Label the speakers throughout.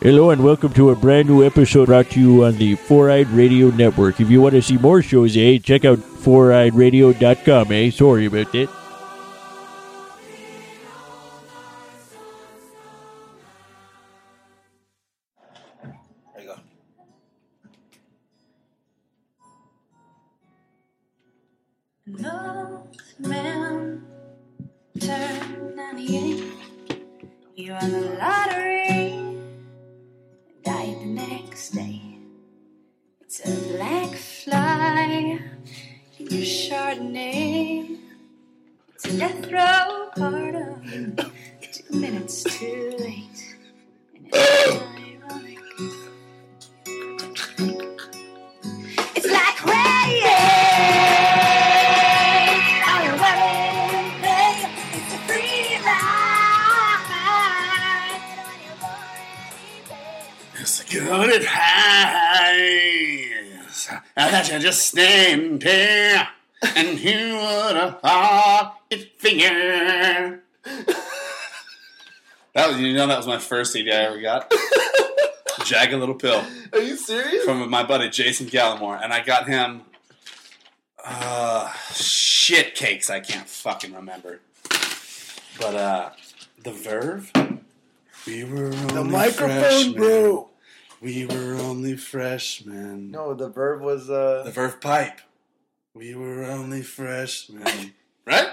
Speaker 1: Hello and welcome to a brand new episode brought to you on the Four Eyed Radio Network. If you want to see more shows, eh, check out foureyedradio.com, eh? Sorry about that.
Speaker 2: There you go.
Speaker 3: An old man turned 98. He won the lottery and died the next day. It's a black fly in your Chardonnay. It's a death row pardon. Two minutes too late. And it's ironic. It's like rain on your wedding day. It's a free ride on your wedding day.
Speaker 2: It's good highs. I thought you just stand there and you would have thought it figured. that was, you know, that was my first CD I ever got. Jag a Little Pill
Speaker 4: Are you serious?
Speaker 2: from my buddy Jason Gallimore, and I got him uh, shit cakes. I can't fucking remember, but uh, the Verve. We were
Speaker 4: the
Speaker 2: only
Speaker 4: microphone
Speaker 2: freshmen.
Speaker 4: bro.
Speaker 2: We were only freshmen.
Speaker 4: No, the verb was uh.
Speaker 2: The Verve Pipe. We were only freshmen. right?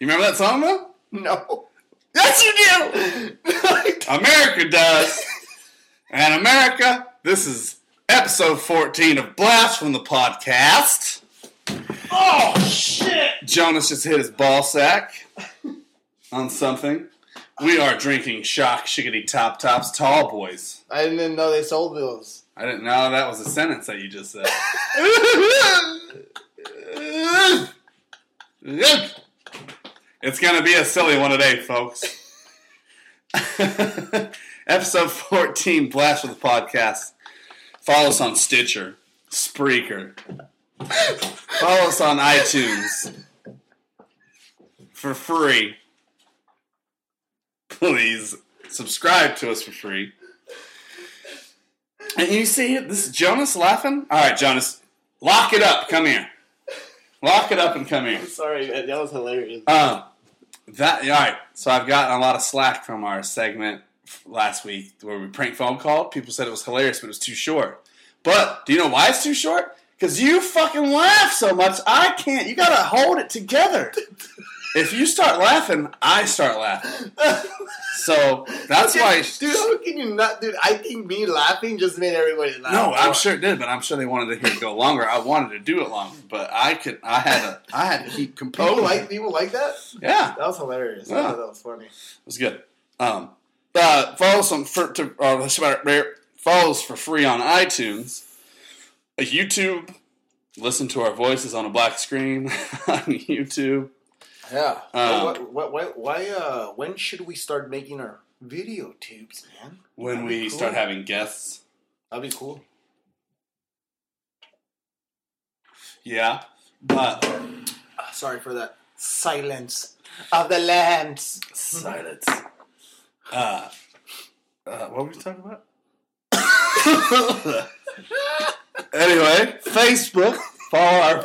Speaker 2: You remember that song though?
Speaker 4: no. Yes, you do.
Speaker 2: America does. and America, this is episode 14 of Blast from the Podcast. Oh, shit! Jonas just hit his ball sack on something. We are drinking shock shiggity top tops tall boys.
Speaker 4: I didn't even know they sold those.
Speaker 2: I didn't know that was a sentence that you just said. It's gonna be a silly one today, folks. Episode 14, Blast with the Podcast. Follow us on Stitcher, Spreaker. Follow us on iTunes for free. Please subscribe to us for free. And you see this Jonas laughing? All right, Jonas, lock it up. Come here. Lock it up and come here.
Speaker 4: Sorry, that that was hilarious.
Speaker 2: Um, that all right. So I've gotten a lot of slack from our segment last week where we prank phone called. People said it was hilarious, but it was too short. But do you know why it's too short? Because you fucking laugh so much, I can't. You gotta hold it together. If you start laughing, I start laughing. So that's why,
Speaker 4: dude. How can you not, dude? I think me laughing just made everybody laugh.
Speaker 2: No, I'm
Speaker 4: more.
Speaker 2: sure it did, but I'm sure they wanted to hear it go longer. I wanted to do it longer, but I could. I had to. I had to keep composed.
Speaker 4: People like people like that.
Speaker 2: yeah,
Speaker 4: That was hilarious. I
Speaker 2: Yeah.
Speaker 4: thought that was funny.
Speaker 2: it was good. Um, uh, follow us on for to or let's about it, follow us for free on iTunes, uh, YouTube. Listen to our voices on a black screen on YouTube.
Speaker 4: Yeah.
Speaker 2: Um,
Speaker 4: what, what, why? Why? Uh, when should we start making our video tubes, man?
Speaker 2: When
Speaker 4: That'd
Speaker 2: we
Speaker 4: be cool.
Speaker 2: start having guests,
Speaker 4: That'd be cool.
Speaker 2: yeah, but
Speaker 4: Uh, sorry for that silence of the lambs.
Speaker 2: silence. Uh, uh, what were we talking about? anyway, Facebook. Follow our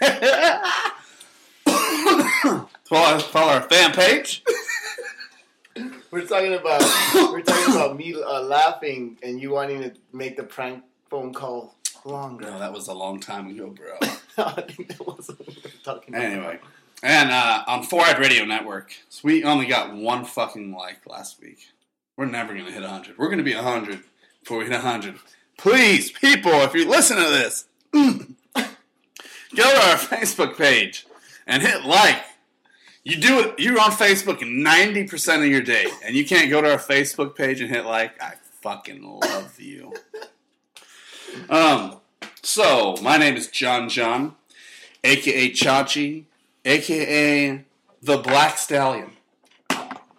Speaker 2: follow, follow our fan page.
Speaker 4: We're talking about we're talking about me uh, laughing and you wanting to make the prank phone call
Speaker 2: No,
Speaker 4: longer.
Speaker 2: that was a long time ago, bro.
Speaker 4: I think that was what we were talking about.
Speaker 2: anyway, and uh, on Four Eyed Radio Network, so we only got one fucking like last week. We're never gonna hit hundred. We're gonna be hundred before we hit hundred. Please, people, if you listen to this, go to our Facebook page and hit like. You do it. You're on Facebook 90% of your day, and you can't go to our Facebook page and hit like. I fucking love you. Um. So my name is John John, aka Chachi, aka the Black Stallion,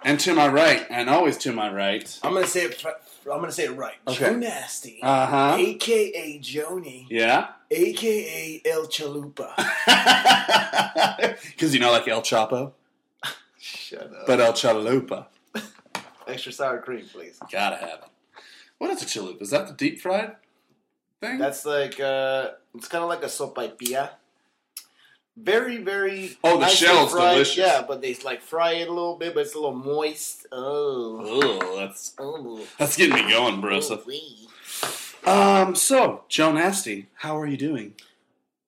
Speaker 2: and to my right, and always to my right.
Speaker 4: I'm gonna say it. fr- I'm gonna say it right.
Speaker 2: Okay.
Speaker 4: Joe Nasty,
Speaker 2: Uh huh.
Speaker 4: aka Joni,
Speaker 2: Yeah.
Speaker 4: aka El Chalupa.
Speaker 2: Because you know, like El Chapo,
Speaker 4: Shut up.
Speaker 2: but El Chalupa.
Speaker 4: Extra sour cream, please.
Speaker 2: Gotta have it. What is a chalupa? Is that the deep fried thing?
Speaker 4: That's like uh, it's kind of like a sopaipilla. Very, very.
Speaker 2: Oh, the
Speaker 4: nicely
Speaker 2: shell's
Speaker 4: fried.
Speaker 2: delicious.
Speaker 4: Yeah, but they like fry it a little bit, but it's a little moist. Oh,
Speaker 2: Ugh, that's
Speaker 4: oh,
Speaker 2: that's getting me going, bro. So,
Speaker 4: ooh-wee.
Speaker 2: um, so Joe Nasty, how are you doing?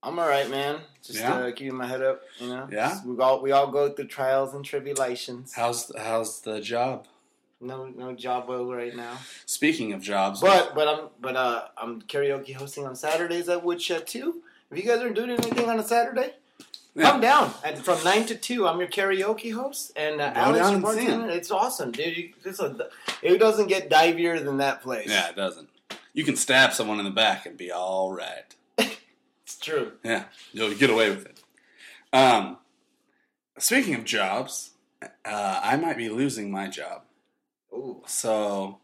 Speaker 4: I'm all right, man. Just
Speaker 2: Yeah?
Speaker 4: uh, keeping my head up, you know.
Speaker 2: Yeah?
Speaker 4: Just- we all we all go through trials and tribulations.
Speaker 2: How's how's the job?
Speaker 4: No, no job well right now.
Speaker 2: Speaking of jobs,
Speaker 4: But but I'm but uh I'm karaoke hosting on Saturdays at Woodshed too. If you guys are doing anything on a Saturday, come down. And from nine to two, I'm your karaoke host, and uh,
Speaker 2: Go
Speaker 4: Alex
Speaker 2: down
Speaker 4: your
Speaker 2: and sing.
Speaker 4: bartender. It's awesome, dude. You, it's a, it doesn't get divier than that place.
Speaker 2: yeah, it doesn't. You can stab someone in the back and be all right.
Speaker 4: it's true.
Speaker 2: Yeah, you'll get away with it. Um, speaking of jobs, uh, I might be losing my job.
Speaker 4: Ooh,
Speaker 2: So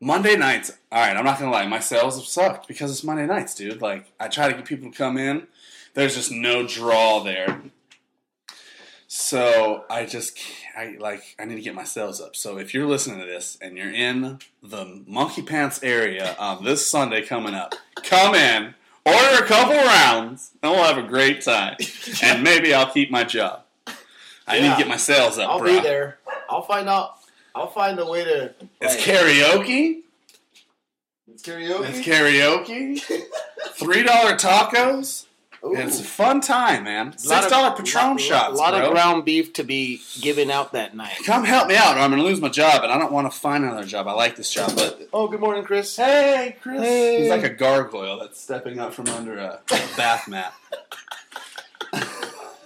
Speaker 2: Monday nights, all right, I'm not gonna lie, my sales have sucked because it's Monday nights, dude. Like I try to get people to come in, there's just no draw there. So I just, can't- I like, I need to get my sales up. So if you're listening to this and you're in the Monkey Pants area on this Sunday coming up, come in, order a couple rounds, and we'll have a great time. And maybe I'll keep my job. I need
Speaker 4: Yeah.
Speaker 2: to get my sales up,
Speaker 4: I'll
Speaker 2: bro.
Speaker 4: be there. I'll find out. I'll find a way to.
Speaker 2: It's
Speaker 4: like,
Speaker 2: karaoke.
Speaker 4: it's karaoke.
Speaker 2: It's karaoke, three dollar tacos.
Speaker 4: Ooh.
Speaker 2: It's a fun time, man.
Speaker 4: Lot
Speaker 2: Six
Speaker 4: of-
Speaker 2: dollar Patron
Speaker 4: lot-
Speaker 2: shots,
Speaker 4: A lot
Speaker 2: bro.
Speaker 4: of ground beef to be given out that night.
Speaker 2: Come help me out, or I'm gonna lose my job, and I don't want to find another job. I like this job, but
Speaker 4: Oh, good morning, Chris.
Speaker 2: hey, Chris,
Speaker 4: Hey.
Speaker 2: he's like a gargoyle that's stepping up from under a, a bath mat.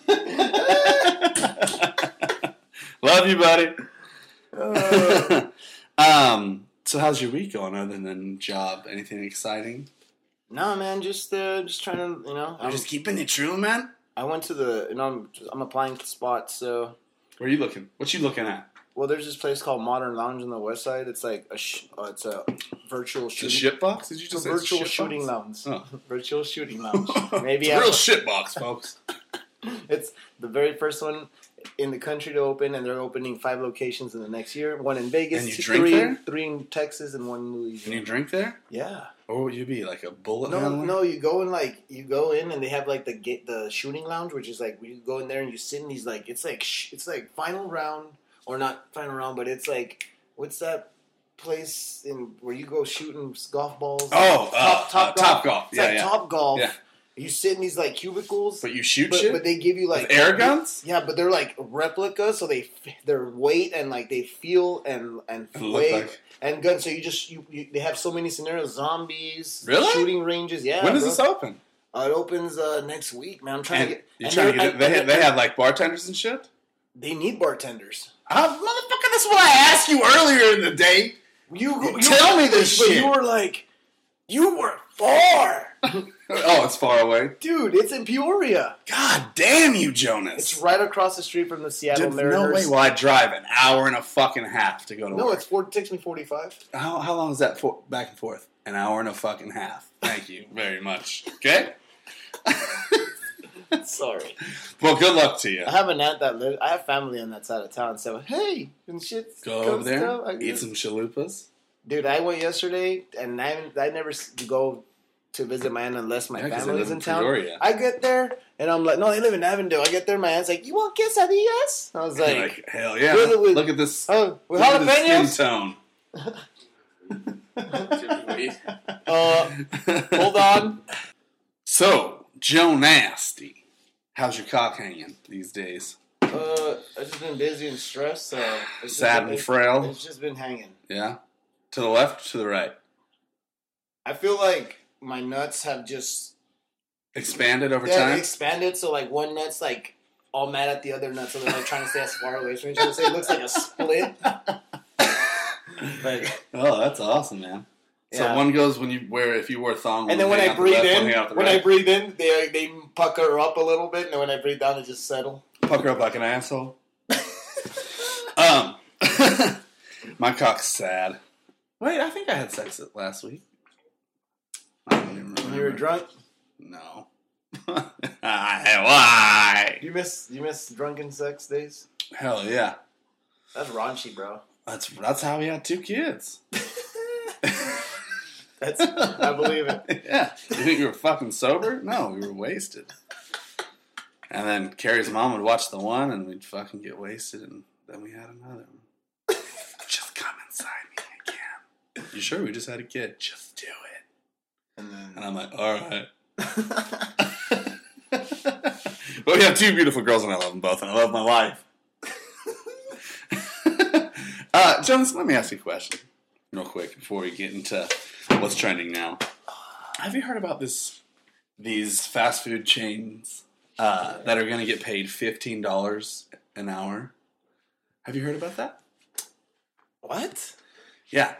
Speaker 2: Love you, buddy. Uh, um, so, how's your week going? Other than job, anything exciting?
Speaker 4: No, man, just uh, just trying to, you know. I'm,
Speaker 2: keeping it true, man.
Speaker 4: I went to the, you know, I'm, I'm applying to spots. So,
Speaker 2: Where are you looking? What you looking at?
Speaker 4: well, there's this place called Modern Lounge on the West Side. It's like a, sh- uh, it's a virtual
Speaker 2: The
Speaker 4: shooting,
Speaker 2: shit box? Did you
Speaker 4: it's a
Speaker 2: just say it's a
Speaker 4: virtual
Speaker 2: shit
Speaker 4: shooting
Speaker 2: box?
Speaker 4: lounge.
Speaker 2: Oh.
Speaker 4: Virtual shooting lounge. Maybe
Speaker 2: it's a
Speaker 4: I,
Speaker 2: real shit box, folks.
Speaker 4: it's the very first one in the country to open, and they're opening five locations in the next year. One in Vegas,
Speaker 2: And you
Speaker 4: two-
Speaker 2: drink
Speaker 4: three,
Speaker 2: there?
Speaker 4: three in Texas, and one in
Speaker 2: Can you
Speaker 4: Louisiana.
Speaker 2: drink there?
Speaker 4: Yeah.
Speaker 2: Or would you be like a bullet
Speaker 4: No,
Speaker 2: handler?
Speaker 4: no, you go in like you go in and they have like the get the shooting lounge, which is like you go in there and you sit in these like it's like sh- it's like final round or not final round, but it's like what's that place in where you go shooting golf balls?
Speaker 2: Oh, uh, uh, Top Golf.
Speaker 4: It's
Speaker 2: Yeah,
Speaker 4: like
Speaker 2: yeah.
Speaker 4: Top Golf.
Speaker 2: Yeah.
Speaker 4: You sit in these like cubicles, but
Speaker 2: But you shoot
Speaker 4: but,
Speaker 2: shit?
Speaker 4: they give you like
Speaker 2: With air guns?
Speaker 4: Yeah, but they're like replicas, so they f- their weight and like they feel and and
Speaker 2: And look
Speaker 4: weight
Speaker 2: like-
Speaker 4: and guns. So you just you, you they have so many scenarios: zombies,
Speaker 2: Really?
Speaker 4: shooting ranges. Yeah.
Speaker 2: when does
Speaker 4: bro.
Speaker 2: this open?
Speaker 4: Uh, it opens uh, next week, man. I'm trying
Speaker 2: And
Speaker 4: to get.
Speaker 2: you
Speaker 4: and
Speaker 2: trying to
Speaker 4: they're-
Speaker 2: get it?
Speaker 4: and-
Speaker 2: They, have,
Speaker 4: and
Speaker 2: they have like bartenders and shit?
Speaker 4: They need bartenders.
Speaker 2: Oh, motherfucker, that's what I asked you earlier in the day.
Speaker 4: You,
Speaker 2: You tell me this
Speaker 4: but
Speaker 2: shit.
Speaker 4: You were like, you were far,
Speaker 2: Oh, it's far away.
Speaker 4: dude. It's in Peoria.
Speaker 2: God damn you, Jonas.
Speaker 4: It's right across the street from the Seattle
Speaker 2: Dude, no way
Speaker 4: Mariners.
Speaker 2: will I drive an hour and a fucking half to go to
Speaker 4: no,
Speaker 2: work.
Speaker 4: it's four. It takes me 45.
Speaker 2: How, how long is that for, back and forth? An hour and a fucking half. Thank you very much. Okay?
Speaker 4: Sorry.
Speaker 2: Well, good luck to you.
Speaker 4: I have an aunt that lives. I have family on that side of town. So hey, and shit.
Speaker 2: Go
Speaker 4: comes
Speaker 2: over there,
Speaker 4: down, I
Speaker 2: eat
Speaker 4: guess.
Speaker 2: some chalupas.
Speaker 4: Dude, I went yesterday, and I I never s- go to visit my aunt unless my
Speaker 2: Yeah, 'cause they
Speaker 4: family's
Speaker 2: live
Speaker 4: in
Speaker 2: in
Speaker 4: town.
Speaker 2: Peoria.
Speaker 4: I get there, and I'm like, no, they live in Avondale. I get there, my aunt's like, you want quesadillas? I was like,
Speaker 2: Like, hell yeah!
Speaker 4: With- with-
Speaker 2: Look at this.
Speaker 4: oh, with
Speaker 2: look at this
Speaker 4: jalapenos?
Speaker 2: skin tone.
Speaker 4: Uh, hold on.
Speaker 2: So, Joe Nasty, how's your cock hanging these days?
Speaker 4: Uh, I've just been busy and stressed, so it's just
Speaker 2: Sad
Speaker 4: been-
Speaker 2: and frail.
Speaker 4: It's just been hanging.
Speaker 2: Yeah, to the left, to the right,
Speaker 4: I feel like my nuts have just
Speaker 2: expanded over
Speaker 4: they're
Speaker 2: time.
Speaker 4: expanded, so like one nut's like all mad at the other nut, so they're like trying to stay as far away from each other. So it looks like a split. like.
Speaker 2: Oh, that's awesome, man. So
Speaker 4: Yeah.
Speaker 2: one goes when you wear if you wore a thong, one
Speaker 4: And then when
Speaker 2: hang
Speaker 4: I
Speaker 2: out the
Speaker 4: breathe
Speaker 2: left, one
Speaker 4: in,
Speaker 2: hang out the
Speaker 4: when I
Speaker 2: right.
Speaker 4: breathe in, they they pucker up a little bit, and then when I breathe down, they just settle.
Speaker 2: pucker up like an asshole. um, my cock's sad. Wait, I think I had sex last week. I don't even remember.
Speaker 4: You were drunk.
Speaker 2: No. Why?
Speaker 4: You miss you miss drunken sex days.
Speaker 2: Hell yeah.
Speaker 4: That's raunchy, bro.
Speaker 2: That's that's how we had two kids.
Speaker 4: That's I believe it.
Speaker 2: yeah. You think you were fucking sober? No, we were wasted. And then Carrie's mom would watch the one, and we'd fucking get wasted, and then we had another one. just come inside me again. You sure? We just had a kid. Just do it.
Speaker 4: And
Speaker 2: And
Speaker 4: then
Speaker 2: I'm like, all right. but we have two beautiful girls, and I love them both, and I love my wife. uh, Jonas, let me ask you a question, real quick, before we get into what's trending now. Have you heard about this? These fast food chains uh, that are going to get paid fifteen dollars an hour. Have you heard about that?
Speaker 4: what?
Speaker 2: Yeah,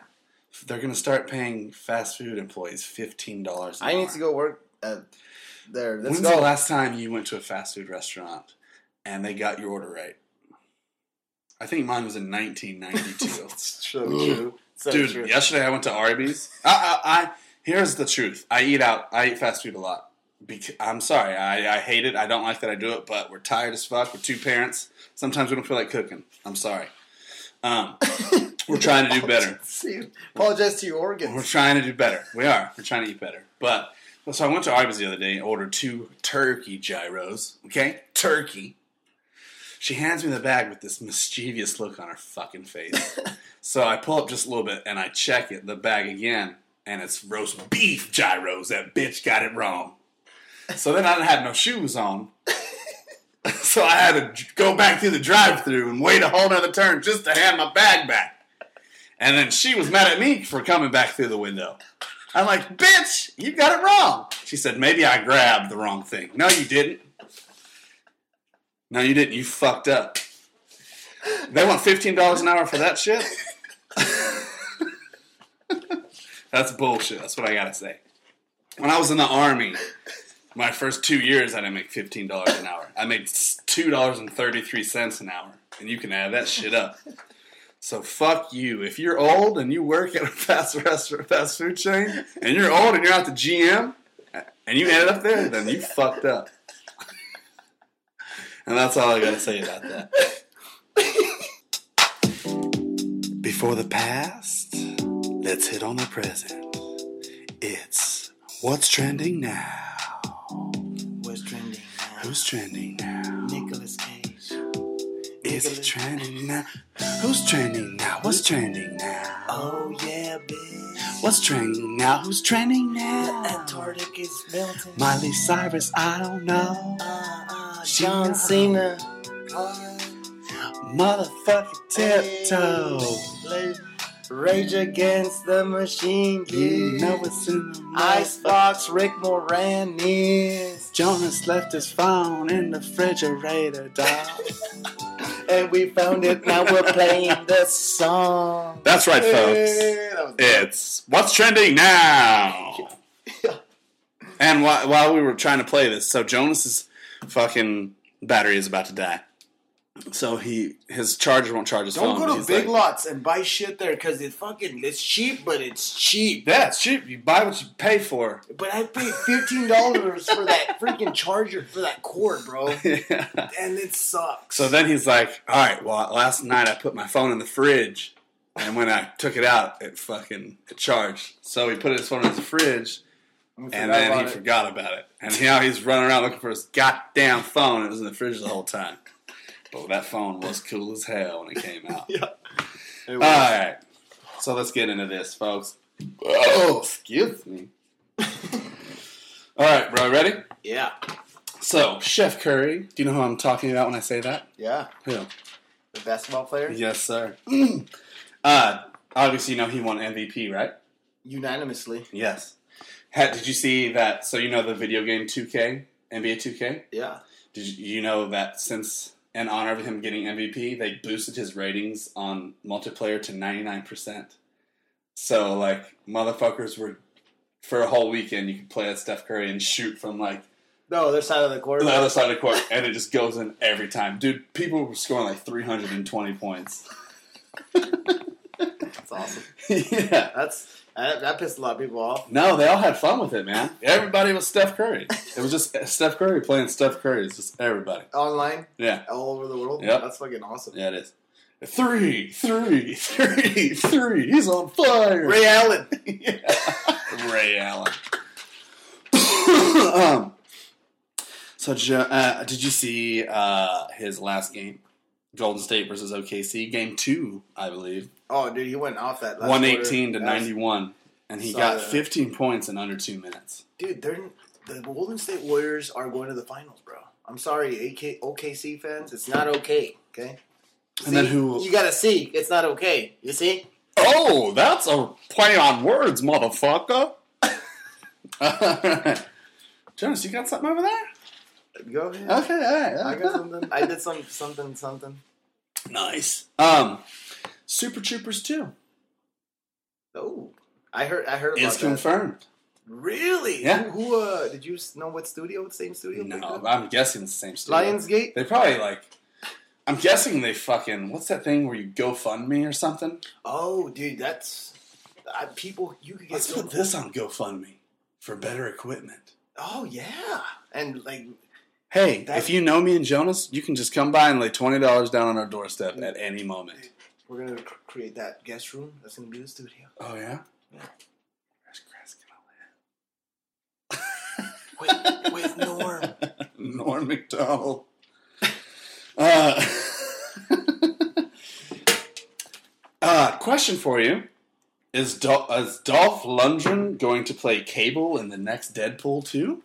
Speaker 2: they're going to start paying fast food employees fifteen dollars.
Speaker 4: I need to go work at there. Let's
Speaker 2: When's
Speaker 4: go.
Speaker 2: the last time you went to a fast food restaurant and they got your order right? I think mine was in 1992.
Speaker 4: It's so true. So
Speaker 2: Dude,
Speaker 4: true.
Speaker 2: yesterday I went to Arby's. I, I, I, here's the truth. I eat out. I eat fast food a lot. Bec- I'm sorry. I, I hate it. I don't like that I do it, but we're tired as fuck. We're two parents. Sometimes we don't feel like cooking. I'm sorry. Um, we're trying to do better.
Speaker 4: See, apologize to your
Speaker 2: We're
Speaker 4: organs.
Speaker 2: trying to do better. We are. We're trying to eat better. But well, so I went to Arby's the other day and ordered two turkey gyros. Okay, turkey. She hands me the bag with this mischievous look on her fucking face. so I pull up just a little bit and I check it, the bag again, and it's roast beef gyros. That bitch got it wrong. So then I had no shoes on. so I had to go back through the drive-through and wait a whole nother turn just to hand my bag back. And then she was mad at me for coming back through the window. I'm like, bitch, you got it wrong. She said, maybe I grabbed the wrong thing. No, you didn't. No, you didn't. You fucked up. They want $15 an hour for that shit? That's bullshit. That's what I gotta say. When I was in the army, my first two years, I didn't make $15 an hour. I made $2.33 an hour. And you can add that shit up. So fuck you. If you're old and you work at a fast restaurant, fast food chain, and you're old and you're out the GM, and you ended up there, then you fucked up. And that's all I gotta say about that. Before the past, let's hit on the present. It's what's trending now.
Speaker 4: What's trending now?
Speaker 2: Who's trending now?
Speaker 4: Nicholas Cage.
Speaker 2: Is it trending now? Who's trending now? What's trending now?
Speaker 4: Oh yeah, bitch.
Speaker 2: What's trending now? Who's trending now?
Speaker 4: Antarctic is melting.
Speaker 2: Miley Cyrus, I don't know.
Speaker 4: uh, uh,
Speaker 2: John
Speaker 4: John Cena.
Speaker 2: Motherfucker tiptoe.
Speaker 4: Hey, Rage Against the Machine.
Speaker 2: You
Speaker 4: yeah.
Speaker 2: know it's in the motherfucker.
Speaker 4: Icebox Rick Moranis.
Speaker 2: Jonas left his phone in the refrigerator, dog.
Speaker 4: And we found it. Now we're playing the song.
Speaker 2: That's right, folks.
Speaker 4: Hey, that was-
Speaker 2: It's what's trending now. And whi- while we were trying to play this, so Jonas's fucking battery is about to die. So he his charger won't charge his
Speaker 4: Don't
Speaker 2: phone.
Speaker 4: go to
Speaker 2: He's
Speaker 4: Big
Speaker 2: like,
Speaker 4: Lots and buy shit there because it's fucking it's cheap, but it's cheap.
Speaker 2: Yeah, it's cheap. You buy what you pay for.
Speaker 4: But I paid fifteen dollars for that freaking charger for that cord, bro,
Speaker 2: yeah.
Speaker 4: and it sucks.
Speaker 2: So then he's like, "All right, well, last night I put my phone in the fridge, and when I took it out, it fucking it charged. So he put his phone in the fridge, and then he forgot about it. And now he's running around looking for his goddamn phone. It was in the fridge the whole time. But that phone was cool as hell when it came out. All right, so let's get into this, folks. Oh, excuse me. All right, bro, ready?
Speaker 4: yeah,
Speaker 2: So, Chef Curry. Do you know who I'm talking about when I say that?
Speaker 4: yeah,
Speaker 2: Who?
Speaker 4: the basketball player,
Speaker 2: Yes, sir. uh, obviously, you know he won MVP, right?
Speaker 4: unanimously.
Speaker 2: Yes. Ha did you see that? So you know the video game 2K, NBA 2K.
Speaker 4: Yeah,
Speaker 2: Did you, you know that since in honor of him getting MVP, they boosted his ratings on multiplayer to 99%. So like motherfuckers were for a whole weekend you could play as Steph Curry and shoot from like
Speaker 4: no, other side of the court.
Speaker 2: the other side of the court, and it just goes in every time. Dude, people were scoring like 320 points.
Speaker 4: That's awesome.
Speaker 2: yeah.
Speaker 4: That's that, that pissed a lot of people off.
Speaker 2: No, they all had fun with it, man. Everybody was Steph Curry. It was just Steph Curry playing Steph Curry. It's just everybody.
Speaker 4: Online,
Speaker 2: Yeah,
Speaker 4: all over the world.
Speaker 2: Yep.
Speaker 4: that's fucking awesome.
Speaker 2: yeah, it is. Three, three, three, three. He's on fire.
Speaker 4: Ray Allen.
Speaker 2: Ray Allen. um, so, Jo- uh, did you see uh, his last game? Golden State versus OKC, game two, I believe.
Speaker 4: Oh, dude, he went off that last
Speaker 2: One eighteen to
Speaker 4: quarter.
Speaker 2: ninety one, and he
Speaker 4: Saw
Speaker 2: got
Speaker 4: that.
Speaker 2: fifteen points in under two minutes.
Speaker 4: Dude, they're the Golden State Warriors are going to the finals, bro. I'm sorry, AK, OKC fans. It's not okay. Okay.
Speaker 2: And then
Speaker 4: See?
Speaker 2: who-
Speaker 4: You gotta see. It's not okay. You see?
Speaker 2: Oh, that's a play on words, motherfucker. Jonas, you got something over there?
Speaker 4: Go ahead.
Speaker 2: Okay, all right.
Speaker 4: I got something. I did some something something.
Speaker 2: Nice. Um, Super Troopers two
Speaker 4: Oh, I heard. I heard about
Speaker 2: is
Speaker 4: that.
Speaker 2: confirmed.
Speaker 4: Really?
Speaker 2: Yeah.
Speaker 4: Who, who uh, did you s- know what studio? What same studio?
Speaker 2: No, I'm guessing it's the same studio.
Speaker 4: Lionsgate.
Speaker 2: They probably like. I'm guessing they fucking. What's that thing where you GoFundMe or something?
Speaker 4: Oh, dude, that's I, people. You could get
Speaker 2: Let's
Speaker 4: so.
Speaker 2: put this on GoFundMe for better equipment.
Speaker 4: Oh yeah, and like
Speaker 2: Hey,
Speaker 4: That-
Speaker 2: if you know me and Jonas, you can just come by and lay twenty dollars down on our doorstep at any moment.
Speaker 4: we're gonna cr- create that guest room. That's gonna be the studio.
Speaker 2: Oh yeah.
Speaker 4: Yeah.
Speaker 2: Where's Chris gonna
Speaker 4: With, with Norm.
Speaker 2: live? Norm McDonald. Uh, uh, question for you: Is Dol- is Dolph Lundgren going to play Cable in the next Deadpool two?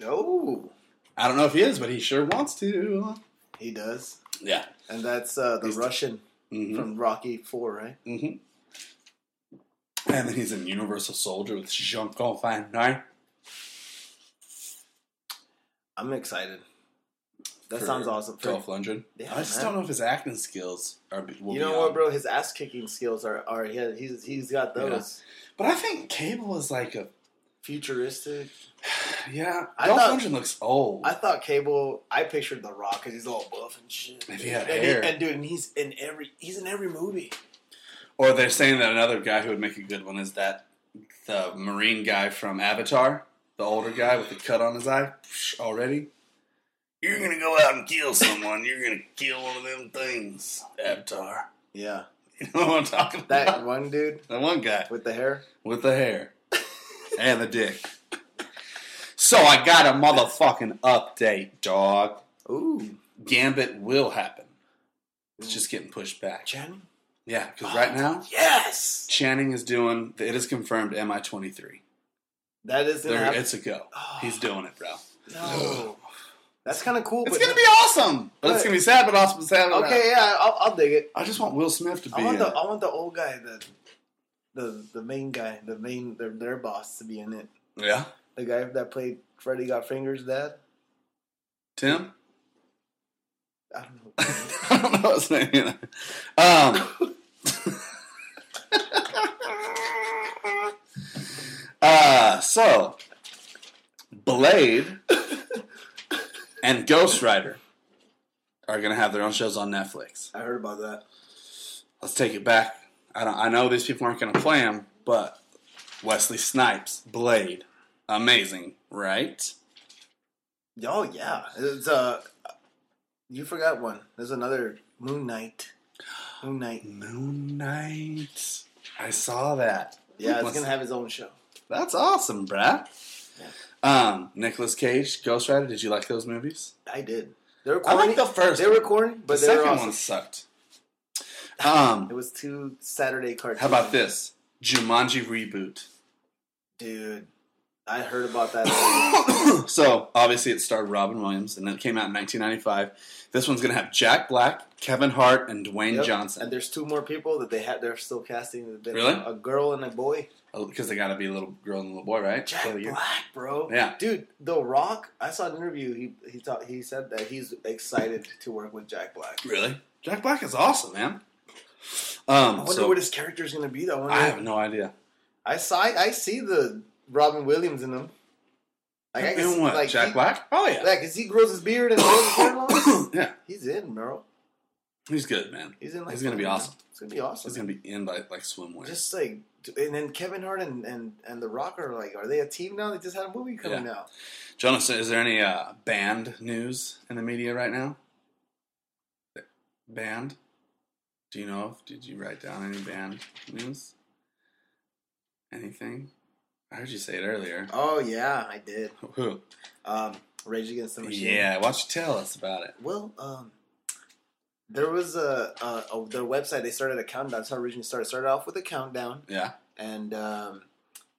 Speaker 4: No,
Speaker 2: I don't know if he is, but he sure wants to.
Speaker 4: he does,
Speaker 2: Yeah.
Speaker 4: and that's uh, the
Speaker 2: He's-
Speaker 4: Russian
Speaker 2: hmm
Speaker 4: from Rocky Four, right?
Speaker 2: hmm And then he's in Universal Soldier with Jean Claude Van Damme.
Speaker 4: I'm excited. That
Speaker 2: for
Speaker 4: sounds awesome. For-
Speaker 2: Dolph Lundgren.
Speaker 4: Yeah,
Speaker 2: I just
Speaker 4: man.
Speaker 2: don't know if his acting skills are. be- Will
Speaker 4: you
Speaker 2: be
Speaker 4: know what,
Speaker 2: on.
Speaker 4: bro? His ass kicking skills are are yeah, he's he's got
Speaker 2: Yeah.
Speaker 4: those
Speaker 2: But I think Cable is like a
Speaker 4: futuristic.
Speaker 2: yeah.
Speaker 4: I
Speaker 2: Dolph
Speaker 4: thought-
Speaker 2: Lundgren looks old.
Speaker 4: I thought Cable. I pictured The Rock because he's all buff and shit.
Speaker 2: If he had
Speaker 4: and
Speaker 2: hair.
Speaker 4: and dude, and he's in every he's in every movie.
Speaker 2: or they're saying that another guy who would make a good one is that the Marine guy from Avatar, the older guy with the cut on his eye Psh, already. You're gonna go out and kill someone. You're gonna kill one of them things, Avatar.
Speaker 4: Yeah,
Speaker 2: You know what I'm talking about?
Speaker 4: that one dude
Speaker 2: The one guy
Speaker 4: with the hair.
Speaker 2: with the hair and the dick. So I got a motherfucking update, dog.
Speaker 4: Ooh,
Speaker 2: Gambit will happen. It's just getting pushed back.
Speaker 4: Channing.
Speaker 2: Yeah, because right now
Speaker 4: Yes,
Speaker 2: Channing is doing. It is confirmed. Mi twenty three.
Speaker 4: that is gonna
Speaker 2: There,
Speaker 4: happen.
Speaker 2: it's a go.
Speaker 4: Oh.
Speaker 2: He's doing it, bro.
Speaker 4: No, that's kind of cool.
Speaker 2: It's
Speaker 4: but
Speaker 2: gonna be awesome. But it's
Speaker 4: but-
Speaker 2: gonna be sad, but awesome. Sad. but-
Speaker 4: okay. Yeah, I'll, I'll dig it.
Speaker 2: I just want Will Smith to be.
Speaker 4: I want
Speaker 2: in
Speaker 4: the
Speaker 2: it.
Speaker 4: I want the old guy, the the the main guy, the main their their boss to be in it.
Speaker 2: yeah,
Speaker 4: The guy that played Freddy Got Fingers' dad.
Speaker 2: Tim.
Speaker 4: I don't know.
Speaker 2: I don't know his name either. Um, uh, so, Blade and Ghost Rider are going to have their own shows on Netflix.
Speaker 4: I heard about that.
Speaker 2: Let's take it back. I, don't, I know these people aren't going to play them, but Wesley Snipes, Blade, amazing, right?
Speaker 4: Oh yeah, it's uh, you forgot one. There's another Moon Knight. Moon Knight.
Speaker 2: Moon Knight. I saw that.
Speaker 4: Yeah, it's
Speaker 2: Let's-
Speaker 4: gonna have his own show.
Speaker 2: That's awesome, bruh. Um, Nicolas Cage, Ghost Rider. Did you like those movies?
Speaker 4: I did. They were
Speaker 2: I
Speaker 4: corny.
Speaker 2: like the first.
Speaker 4: they were
Speaker 2: one.
Speaker 4: corny, but
Speaker 2: the
Speaker 4: they were
Speaker 2: second
Speaker 4: awesome.
Speaker 2: one sucked.
Speaker 4: It
Speaker 2: Um,
Speaker 4: was two Saturday cartoons.
Speaker 2: how about this Jumanji reboot?
Speaker 4: dude? I heard about that.
Speaker 2: so obviously it starred Robin Williams, and then it came out in 1995. This one's gonna have Jack Black, Kevin Hart, and Dwayne
Speaker 4: Yep. And
Speaker 2: Johnson
Speaker 4: there's two more people that they had. They're still casting. They're
Speaker 2: Really?
Speaker 4: A girl and a boy.
Speaker 2: because Oh, they gotta be a little girl and a little boy, right?
Speaker 4: Jack
Speaker 2: Totally.
Speaker 4: Black, bro.
Speaker 2: Yeah.
Speaker 4: dude. The Rock. I saw an interview. He he thought he said that he's excited to work with Jack Black.
Speaker 2: Really? Jack Black is awesome, man.
Speaker 4: I
Speaker 2: Um,
Speaker 4: wonder
Speaker 2: so
Speaker 4: what his character is gonna be. Though. I wonder.
Speaker 2: I have no idea.
Speaker 4: I saw. I see the Robin Williams in him. Like, I guess,
Speaker 2: and what?
Speaker 4: like,
Speaker 2: Jack
Speaker 4: he,
Speaker 2: Black? Oh yeah.
Speaker 4: Like, 'cause he grows his beard and grows his hair long.
Speaker 2: yeah,
Speaker 4: He's in, bro.
Speaker 2: he's good, man.
Speaker 4: He's in. Like,
Speaker 2: He's gonna be awesome.
Speaker 4: It's gonna be awesome.
Speaker 2: It's gonna be in by like swimwear.
Speaker 4: Just like, and then Kevin Hart and and and The Rock are like, are they a team now? They just had a movie coming
Speaker 2: Yeah.
Speaker 4: out.
Speaker 2: Jonas, is there any uh, band news in the media right now? Band? Do you know? Did you write down any band news? Anything? I heard you say it earlier.
Speaker 4: Oh yeah, I did.
Speaker 2: Who?
Speaker 4: Um, Rage Against the Machine.
Speaker 2: Yeah, why don't you tell us about it?
Speaker 4: Well, um, there was a, a, a their website. They started a countdown. That's how it originally started. Started off with a countdown,
Speaker 2: Yeah.
Speaker 4: and um,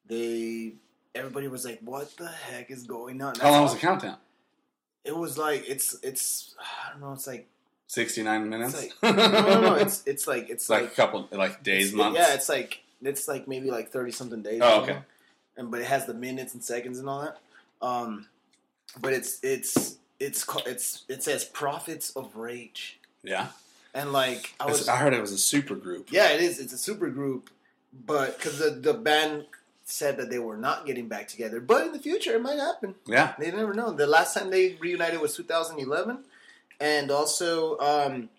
Speaker 4: they everybody was like, "What the heck is going on?"
Speaker 2: How long was the countdown?
Speaker 4: It was like it's it's I don't know. It's like
Speaker 2: 69 minutes?
Speaker 4: It's no no no. It's it's like it's
Speaker 2: like,
Speaker 4: like,
Speaker 2: a couple, like days,
Speaker 4: it's-
Speaker 2: months?
Speaker 4: Yeah, it's like it's like maybe like thirty something days.
Speaker 2: Oh,
Speaker 4: you
Speaker 2: okay.
Speaker 4: know? And but it has the minutes and seconds and all that. Um, but it's it's it's ca- it's it says prophets of rage
Speaker 2: yeah.
Speaker 4: and like I
Speaker 2: It's-
Speaker 4: was
Speaker 2: I heard it was a super group.
Speaker 4: yeah it is it's a super group, but because the the band said that they were not getting back together, but in the future it might happen.
Speaker 2: Yeah.
Speaker 4: They never know. The last time they reunited was 2011, and also um,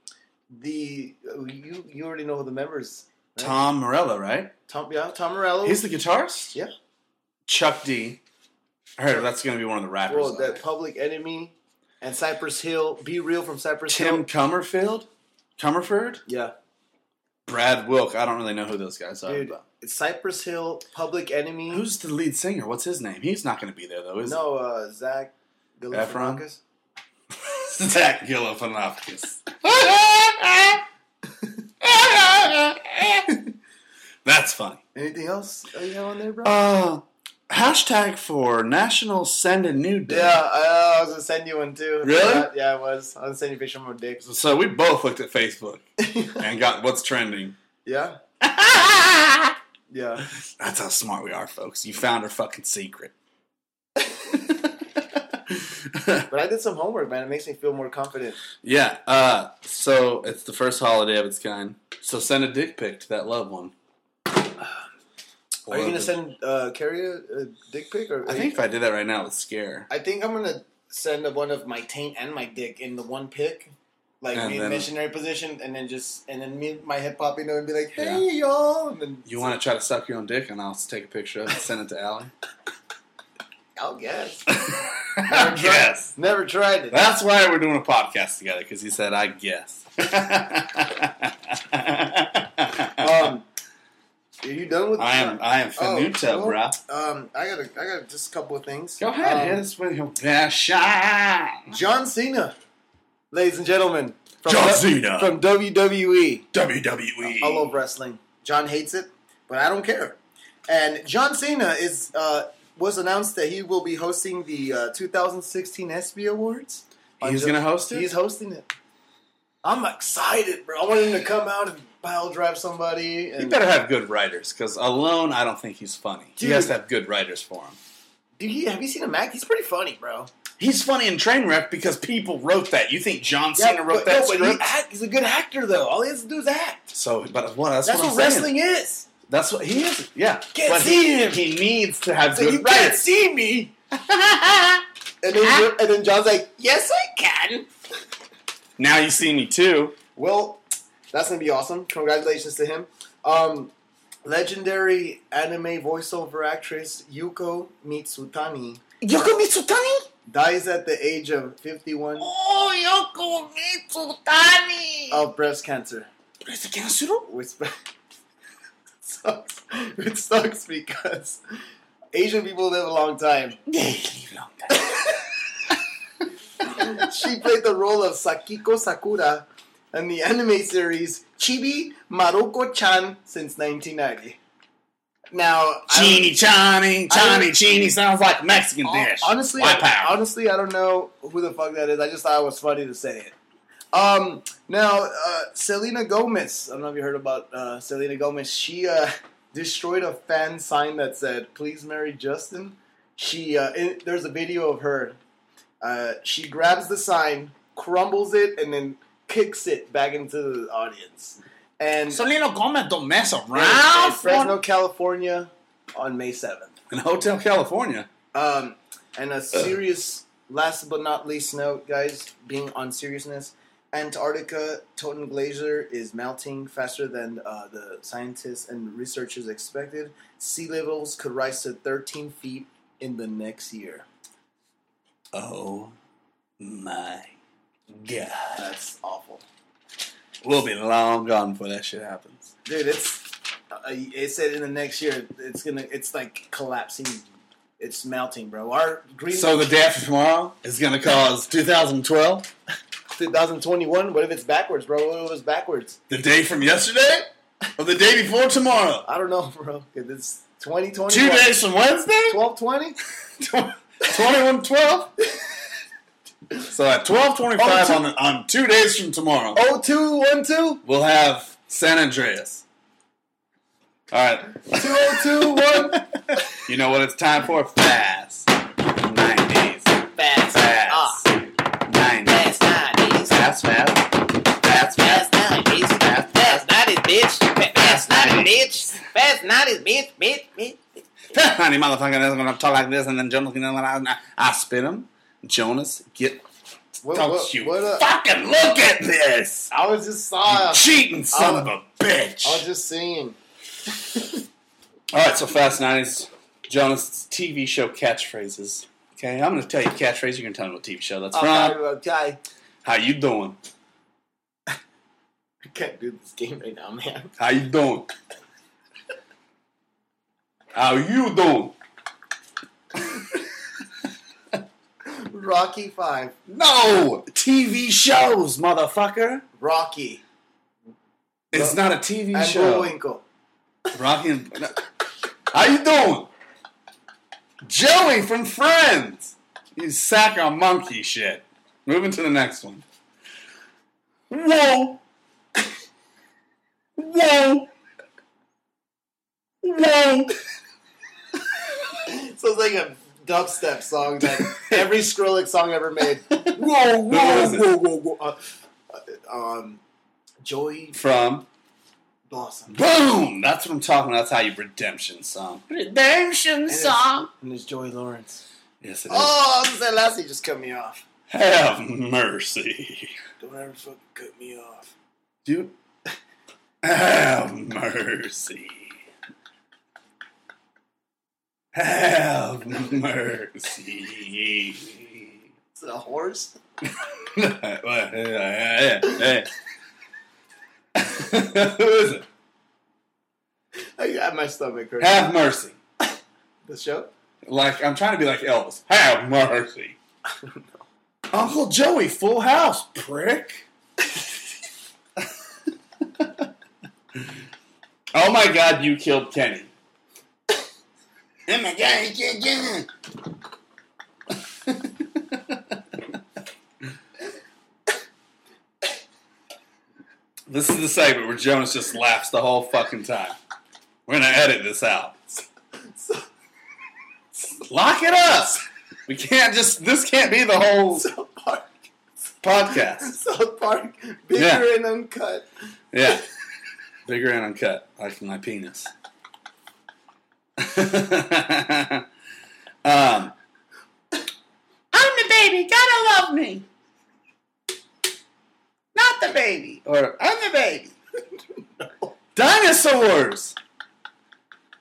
Speaker 4: the you you already know the members. right?
Speaker 2: Tom Morello, right?
Speaker 4: Tom yeah Tom Morello.
Speaker 2: He's the guitarist?
Speaker 4: Yeah.
Speaker 2: Chuck D. I heard that's going to be one of the rappers.
Speaker 4: well,
Speaker 2: on
Speaker 4: that
Speaker 2: it.
Speaker 4: Public Enemy and Cypress Hill. Be real from Cypress
Speaker 2: Tim
Speaker 4: Hill.
Speaker 2: Comerfield? Comerford?
Speaker 4: Yeah,
Speaker 2: Brad Wilk. I don't really know who those guys are.
Speaker 4: dude.
Speaker 2: but-
Speaker 4: It's Cypress Hill, Public Enemy.
Speaker 2: Who's the lead singer? What's his name? He's not going to be there, though, is
Speaker 4: no uh, Zach Galifianakis.
Speaker 2: he? Zach Galifianakis. That's funny.
Speaker 4: Anything else that you have on there, bro?
Speaker 2: Uh, hashtag for National Send a New Day.
Speaker 4: yeah, I, I was gonna send you one too.
Speaker 2: Really?
Speaker 4: Yeah, yeah, I was. I was gonna send you a picture of my dick.
Speaker 2: So we both looked at Facebook and got what's trending.
Speaker 4: yeah, yeah.
Speaker 2: That's how smart we are, folks. You found our fucking secret.
Speaker 4: But I did some homework, man. It makes me feel more confident.
Speaker 2: yeah. Uh, so it's the first holiday of its kind. So send a dick pic to that loved one.
Speaker 4: Are you gonna send uh, Carrie a, a dick pic? Or
Speaker 2: I think if I did that right now, it would scare.
Speaker 4: I think I'm gonna send a, one of my taint and my dick in the one pic, like
Speaker 2: And
Speaker 4: me in
Speaker 2: then-
Speaker 4: missionary position, and then just and then me my head popping over and be like,
Speaker 2: Yeah.
Speaker 4: "Hey y'all!" And then
Speaker 2: You want to try to suck your own dick, and I'll take a picture of it and send it to Allie.
Speaker 4: I'll guess.
Speaker 2: I guess.
Speaker 4: Never tried it.
Speaker 2: That's why we're doing a podcast together because he said, "I guess."
Speaker 4: um, are you done with? Oh,
Speaker 2: I am. I am Finuto,
Speaker 4: well,
Speaker 2: bro.
Speaker 4: Um, I got a, I got just a couple of things.
Speaker 2: Go ahead,
Speaker 4: Um,
Speaker 2: hit us with your best shot.
Speaker 4: John Cena, ladies and gentlemen, from
Speaker 2: John
Speaker 4: W-
Speaker 2: Cena.
Speaker 4: from WWE.
Speaker 2: WWE.
Speaker 4: I love wrestling. John hates it, but I don't care. And John Cena is uh, was announced that he will be hosting the uh, 2016 ESPY Awards. on
Speaker 2: He's
Speaker 4: Ju-
Speaker 2: gonna host it?
Speaker 4: He's hosting it. I'm excited, bro. I want him to come out and pile drive somebody. And
Speaker 2: He better have good writers because alone, I don't think he's funny.
Speaker 4: Dude.
Speaker 2: He has to have good writers for him.
Speaker 4: Dude, he, have you seen him act? He's pretty funny, bro.
Speaker 2: He's funny in Trainwreck because people wrote that. You think John Cena
Speaker 4: Yeah,
Speaker 2: wrote
Speaker 4: but-
Speaker 2: that
Speaker 4: no, but he
Speaker 2: script?
Speaker 4: act- he's a good actor, though. All he has to do is act.
Speaker 2: so, but what? That's,
Speaker 4: That's
Speaker 2: what,
Speaker 4: what
Speaker 2: I'm saying.
Speaker 4: wrestling is.
Speaker 2: That's what he is. Yeah,
Speaker 4: Can't
Speaker 2: But
Speaker 4: see
Speaker 2: he,
Speaker 4: him.
Speaker 2: He needs to have
Speaker 4: So
Speaker 2: good
Speaker 4: you
Speaker 2: writers.
Speaker 4: can't see me. and, then, and then John's like, yes, I can.
Speaker 2: Now you see me too.
Speaker 4: Well, that's gonna be awesome. Congratulations to him. Um, legendary anime voiceover actress Yuko Mitsutani
Speaker 2: Yoko Mitsutani?
Speaker 4: dies at the age of 51
Speaker 3: Oh, Yoko Mitsutani!
Speaker 4: of breast cancer. Which, sucks. It sucks because Asian people live a long time. she played the role of Sakiko Sakura in the anime series Chibi Maruko Chan since 1990. Now, I don't-
Speaker 2: Chini Chani, Chani Chini sounds like Mexican dish.
Speaker 4: honestly,
Speaker 2: White
Speaker 4: I,
Speaker 2: power.
Speaker 4: honestly, I don't know who the fuck that is. I just thought it was funny to say it. Um, now, uh, Selena Gomez. I don't know if you heard about uh, Selena Gomez. She uh, destroyed a fan sign that said "Please marry Justin." She uh, in, there's a video of her. Uh, she grabs the sign, crumbles it, and then kicks it back into the audience. And
Speaker 2: Selena Gomez don't mess
Speaker 4: in
Speaker 2: around.
Speaker 4: Fresno, California, on May seventh.
Speaker 2: In Hotel California.
Speaker 4: Um, and
Speaker 2: Uh.
Speaker 4: a serious, last but not least note, guys, being on seriousness, Antarctica Toten Glacier is melting faster than uh, the scientists and researchers expected. Sea levels could rise to 13 feet in the next year.
Speaker 2: Oh my god.
Speaker 4: That's awful.
Speaker 2: We'll be long gone before that shit happens.
Speaker 4: dude. It's uh, it said in the next year it's gonna it's like collapsing, it's melting, bro. Our green
Speaker 2: So the day after tomorrow is going to cause 2012.
Speaker 4: 2021. What if it's backwards, bro? What if it was backwards?
Speaker 2: The day from yesterday or the day before tomorrow.
Speaker 4: I don't know, bro. 'cause it's 2020.
Speaker 2: Two days from Wednesday.
Speaker 4: 1220.
Speaker 2: 2112. so at 1225
Speaker 4: Oh,
Speaker 2: on, on two days from tomorrow,
Speaker 4: 0212.
Speaker 2: we'll have San Andreas. All right.
Speaker 4: 2021.
Speaker 2: You know what it's time for? Fast. 90s.
Speaker 4: Fast. Uh,
Speaker 2: Fast. 90s.
Speaker 4: nineties.
Speaker 2: Fast, fast. Fast, fast.
Speaker 4: nineties.
Speaker 2: Fast, fast.
Speaker 4: nineties, bitch.
Speaker 2: Fast 90s,
Speaker 4: bitch. Fast nineties, bitch, bitch, bitch.
Speaker 2: Fast 90 motherfucker. That's when I talk like this, and then Jonas, you know, when I, I spit him. Jonas, get.
Speaker 4: What,
Speaker 2: Don't
Speaker 4: what,
Speaker 2: you
Speaker 4: what uh,
Speaker 2: fucking look at this!
Speaker 4: I was just saw.
Speaker 2: Cheating son
Speaker 4: I'll-
Speaker 2: of a bitch!
Speaker 4: I was just seeing.
Speaker 2: All right, so Fast 90s, Jonas' TV show catchphrases. Okay, I'm going to tell you catchphrase. You're going to tell me what TV show that's from.
Speaker 4: okay.
Speaker 2: How you doing?
Speaker 4: I can't do this game right now, man.
Speaker 2: How you doing? How you doing?
Speaker 4: Rocky Five.
Speaker 2: No! TV shows, motherfucker!
Speaker 4: Rocky.
Speaker 2: It's not a TV
Speaker 4: And
Speaker 2: show.
Speaker 4: Bullwinkle.
Speaker 2: Rocky and... no. How you doing? Joey from Friends! You sack of monkey shit. Moving to the next one. Whoa! Whoa! Whoa!
Speaker 4: So it's like a dubstep song that every Skrillex song ever made.
Speaker 2: Whoa,
Speaker 4: whoa, whoa, whoa, whoa. Uh, uh, um, Joey
Speaker 2: From
Speaker 4: Blossom.
Speaker 2: Boom! That's what I'm talking about. That's how you redemption song. Redemption
Speaker 4: And it's, and it's Joey Lawrence.
Speaker 2: Yes, it is.
Speaker 4: Oh, that last just cut me off.
Speaker 2: Have mercy.
Speaker 4: Don't ever fucking cut me off.
Speaker 2: Dude. Have mercy. Have mercy.
Speaker 4: Is it a horse?
Speaker 2: Who is it?
Speaker 4: I got my stomach hurt.
Speaker 2: Have mercy.
Speaker 4: The show?
Speaker 2: Like, I'm trying to be like Elvis. Have mercy. Uncle Joey, full house, prick. oh my god, you killed Kenny. oh my god, you killed Kenny. this is the segment where Jonas just laughs the whole fucking time. We're gonna edit this out. Lock it up. We can't just. This can't be the whole
Speaker 4: South Park.
Speaker 2: podcast.
Speaker 4: South Park. Bigger
Speaker 2: Yeah.
Speaker 4: and uncut.
Speaker 2: Yeah, bigger and uncut, like my penis. um,
Speaker 5: I'm the baby. Gotta love me. Not the baby.
Speaker 2: or
Speaker 5: I'm the baby.
Speaker 2: dinosaurs,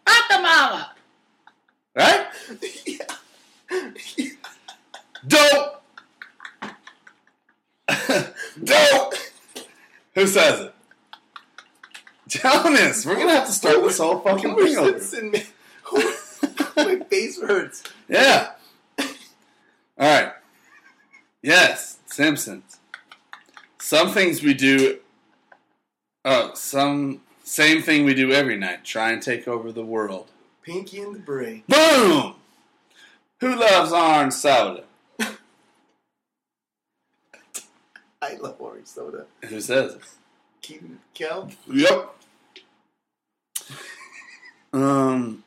Speaker 5: Not the mama.
Speaker 2: right? Dope. Dope. Who says it? Jonas, we're gonna have to start this whole fucking thing over.
Speaker 4: Horses and men- my face hurts.
Speaker 2: Yeah. All right. Yes, Simpsons. Some things we do. Oh, some same thing we do every night. Try and take over the world.
Speaker 4: Pinky and the Brain.
Speaker 2: Boom. Who loves orange soda?
Speaker 4: I love orange soda.
Speaker 2: Who says it?
Speaker 4: Keaton Kel.
Speaker 2: Yep. Um,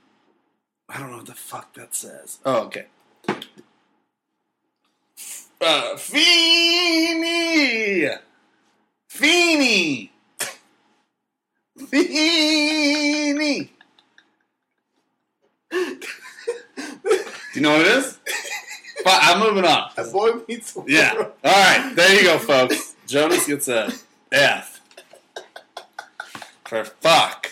Speaker 2: I don't know what the fuck that says. Oh, okay. Uh, Feeny! Feeny! Feeny! Do you know what it is? Fi- I'm moving on.
Speaker 4: A boy meets world.
Speaker 2: Yeah. All right. There you go, folks. Jonas gets a F for fuck.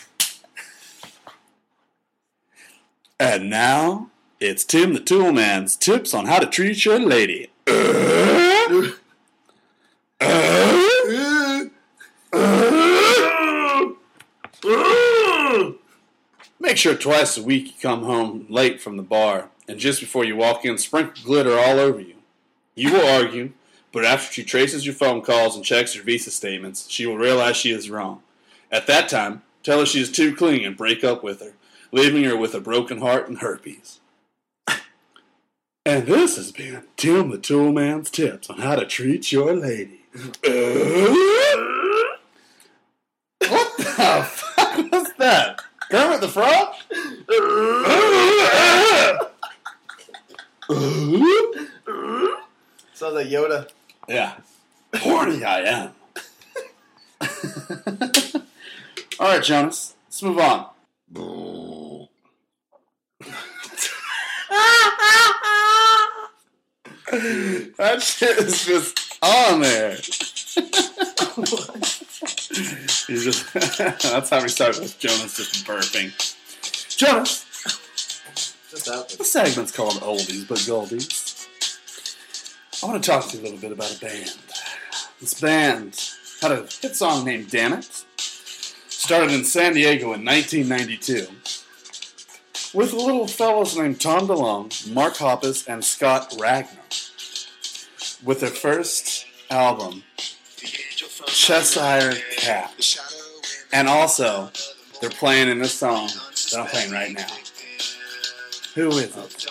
Speaker 2: And now it's Tim the Tool Man's tips on how to treat your lady. Uh, uh, uh. Make sure twice a week you come home late from the bar, and just before you walk in, sprinkle glitter all over you. You will argue, but after she traces your phone calls and checks your visa statements, she will realize she is wrong. At that time, tell her she is too clingy and break up with her, leaving her with a broken heart and herpes. and this has been Tim the Tool Man's tips on how to treat your lady. what the fuck was that? Kermit the Frog?
Speaker 4: Sounds like Yoda.
Speaker 2: Yeah. Horny I am. All right, Jonas. Let's move on. that shit is just on there. He's just that's how we started with Jonas just burping. Jonas,
Speaker 4: Just out there.
Speaker 2: the segment's called Oldies but Goldies. I want to talk to you a little bit about a band. This band had a hit song named Damn It. Started in San Diego in 1992 with little fellows named Tom DeLonge, Mark Hoppus, and Scott Ragnar. With their first album, Cheshire Cat. And also, they're playing in this song that I'm playing right now. Who is it?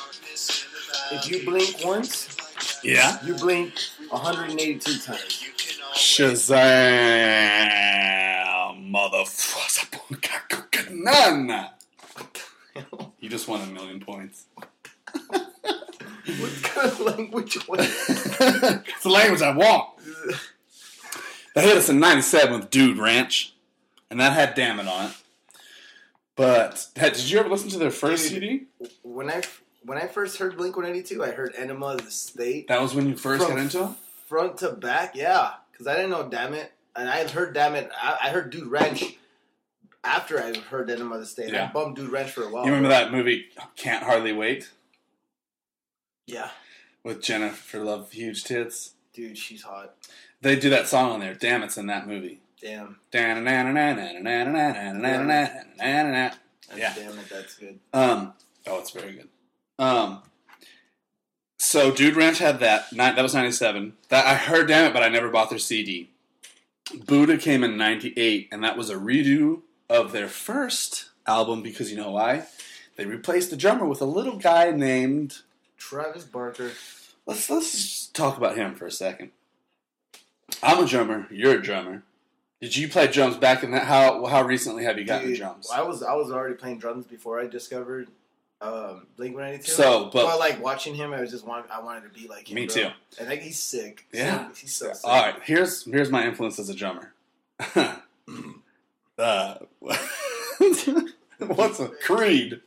Speaker 4: If you blink once,
Speaker 2: Yeah?
Speaker 4: you blink 182 times.
Speaker 2: Shazam, motherfucker! You just won a million points.
Speaker 4: What kind of language was
Speaker 2: it's the language I want. They hit us in '97 with Dude Ranch, and that had "Damn It" on it. But hey, did you ever listen to their first
Speaker 4: Dude.
Speaker 2: CD?
Speaker 4: When I when I first heard Blink 182, I heard Enema of the State
Speaker 2: That was when you first
Speaker 4: From-
Speaker 2: got into them.
Speaker 4: front to back. Yeah, because I didn't know Damn It, and I had heard Damn It. I, I heard Dude Ranch after I heard Enema of the State.
Speaker 2: Yeah.
Speaker 4: I bumped Dude Ranch for a while.
Speaker 2: You remember that movie "Can't Hardly Wait"
Speaker 4: Yeah,
Speaker 2: with Jennifer Love Huge Tits?
Speaker 4: dude, she's hot.
Speaker 2: They do that song on there. Damn, it's in that movie.
Speaker 4: Damn.
Speaker 2: Yeah.
Speaker 4: That's Damn it, that's good.
Speaker 2: Um, oh, it's very good. Um, so Dude Ranch had that. Ni- That was 97. That I heard Damn It, but I never bought their CD. Buddha came in 98, and that was a redo of their first album because you know why? They replaced the drummer with a little guy named.
Speaker 4: Travis Barker.
Speaker 2: Let's, let's just talk about him for a second. I'm a drummer. You're a drummer. Did you play drums back in that? How how recently have you gotten
Speaker 4: Dude,
Speaker 2: drums?
Speaker 4: I was I was already playing drums before I discovered um, Blink One Eighty Two.
Speaker 2: So, but-
Speaker 4: like watching him, I was just want I wanted to be like him.
Speaker 2: Me
Speaker 4: bro.
Speaker 2: too.
Speaker 4: I think he's sick.
Speaker 2: Yeah.
Speaker 4: he's so sick.
Speaker 2: All right, here's here's my influence as a drummer. uh, what's a Creed?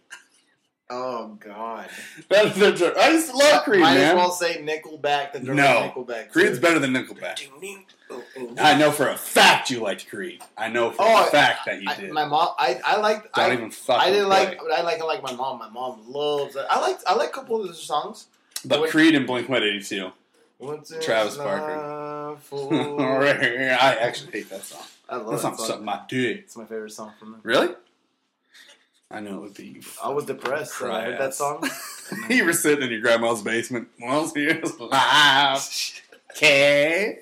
Speaker 4: Oh God,
Speaker 2: Better than dr- I used to love Creed,
Speaker 4: might
Speaker 2: man.
Speaker 4: as well say Nickelback. The drummer
Speaker 2: No.
Speaker 4: Nickelback.
Speaker 2: Creed's
Speaker 4: too.
Speaker 2: better than Nickelback.
Speaker 4: Oh, oh.
Speaker 2: I know for a fact you liked Creed. I know for
Speaker 4: Oh,
Speaker 2: a fact that you
Speaker 4: I-
Speaker 2: did.
Speaker 4: my mom, I I liked.
Speaker 2: Don't
Speaker 4: I,
Speaker 2: even fucking
Speaker 4: I didn't
Speaker 2: play.
Speaker 4: like. I like. I like my mom. My mom loves. I like. I like a couple of their songs.
Speaker 2: but
Speaker 4: wait.
Speaker 2: Creed and Blink One Eighty Two.
Speaker 4: Once in
Speaker 2: Travis
Speaker 4: a
Speaker 2: Barker.
Speaker 4: fool.
Speaker 2: I actually hate that song.
Speaker 4: I love
Speaker 2: That's
Speaker 4: Oh, that
Speaker 2: not
Speaker 4: song.
Speaker 2: something my dick.
Speaker 4: It's my favorite song from them.
Speaker 2: Really? I know it would be. you
Speaker 4: I was depressed when I
Speaker 2: Cry
Speaker 4: heard that
Speaker 2: ass.
Speaker 4: song.
Speaker 2: you were sitting in your grandma's basement. Mom's here is live. Okay.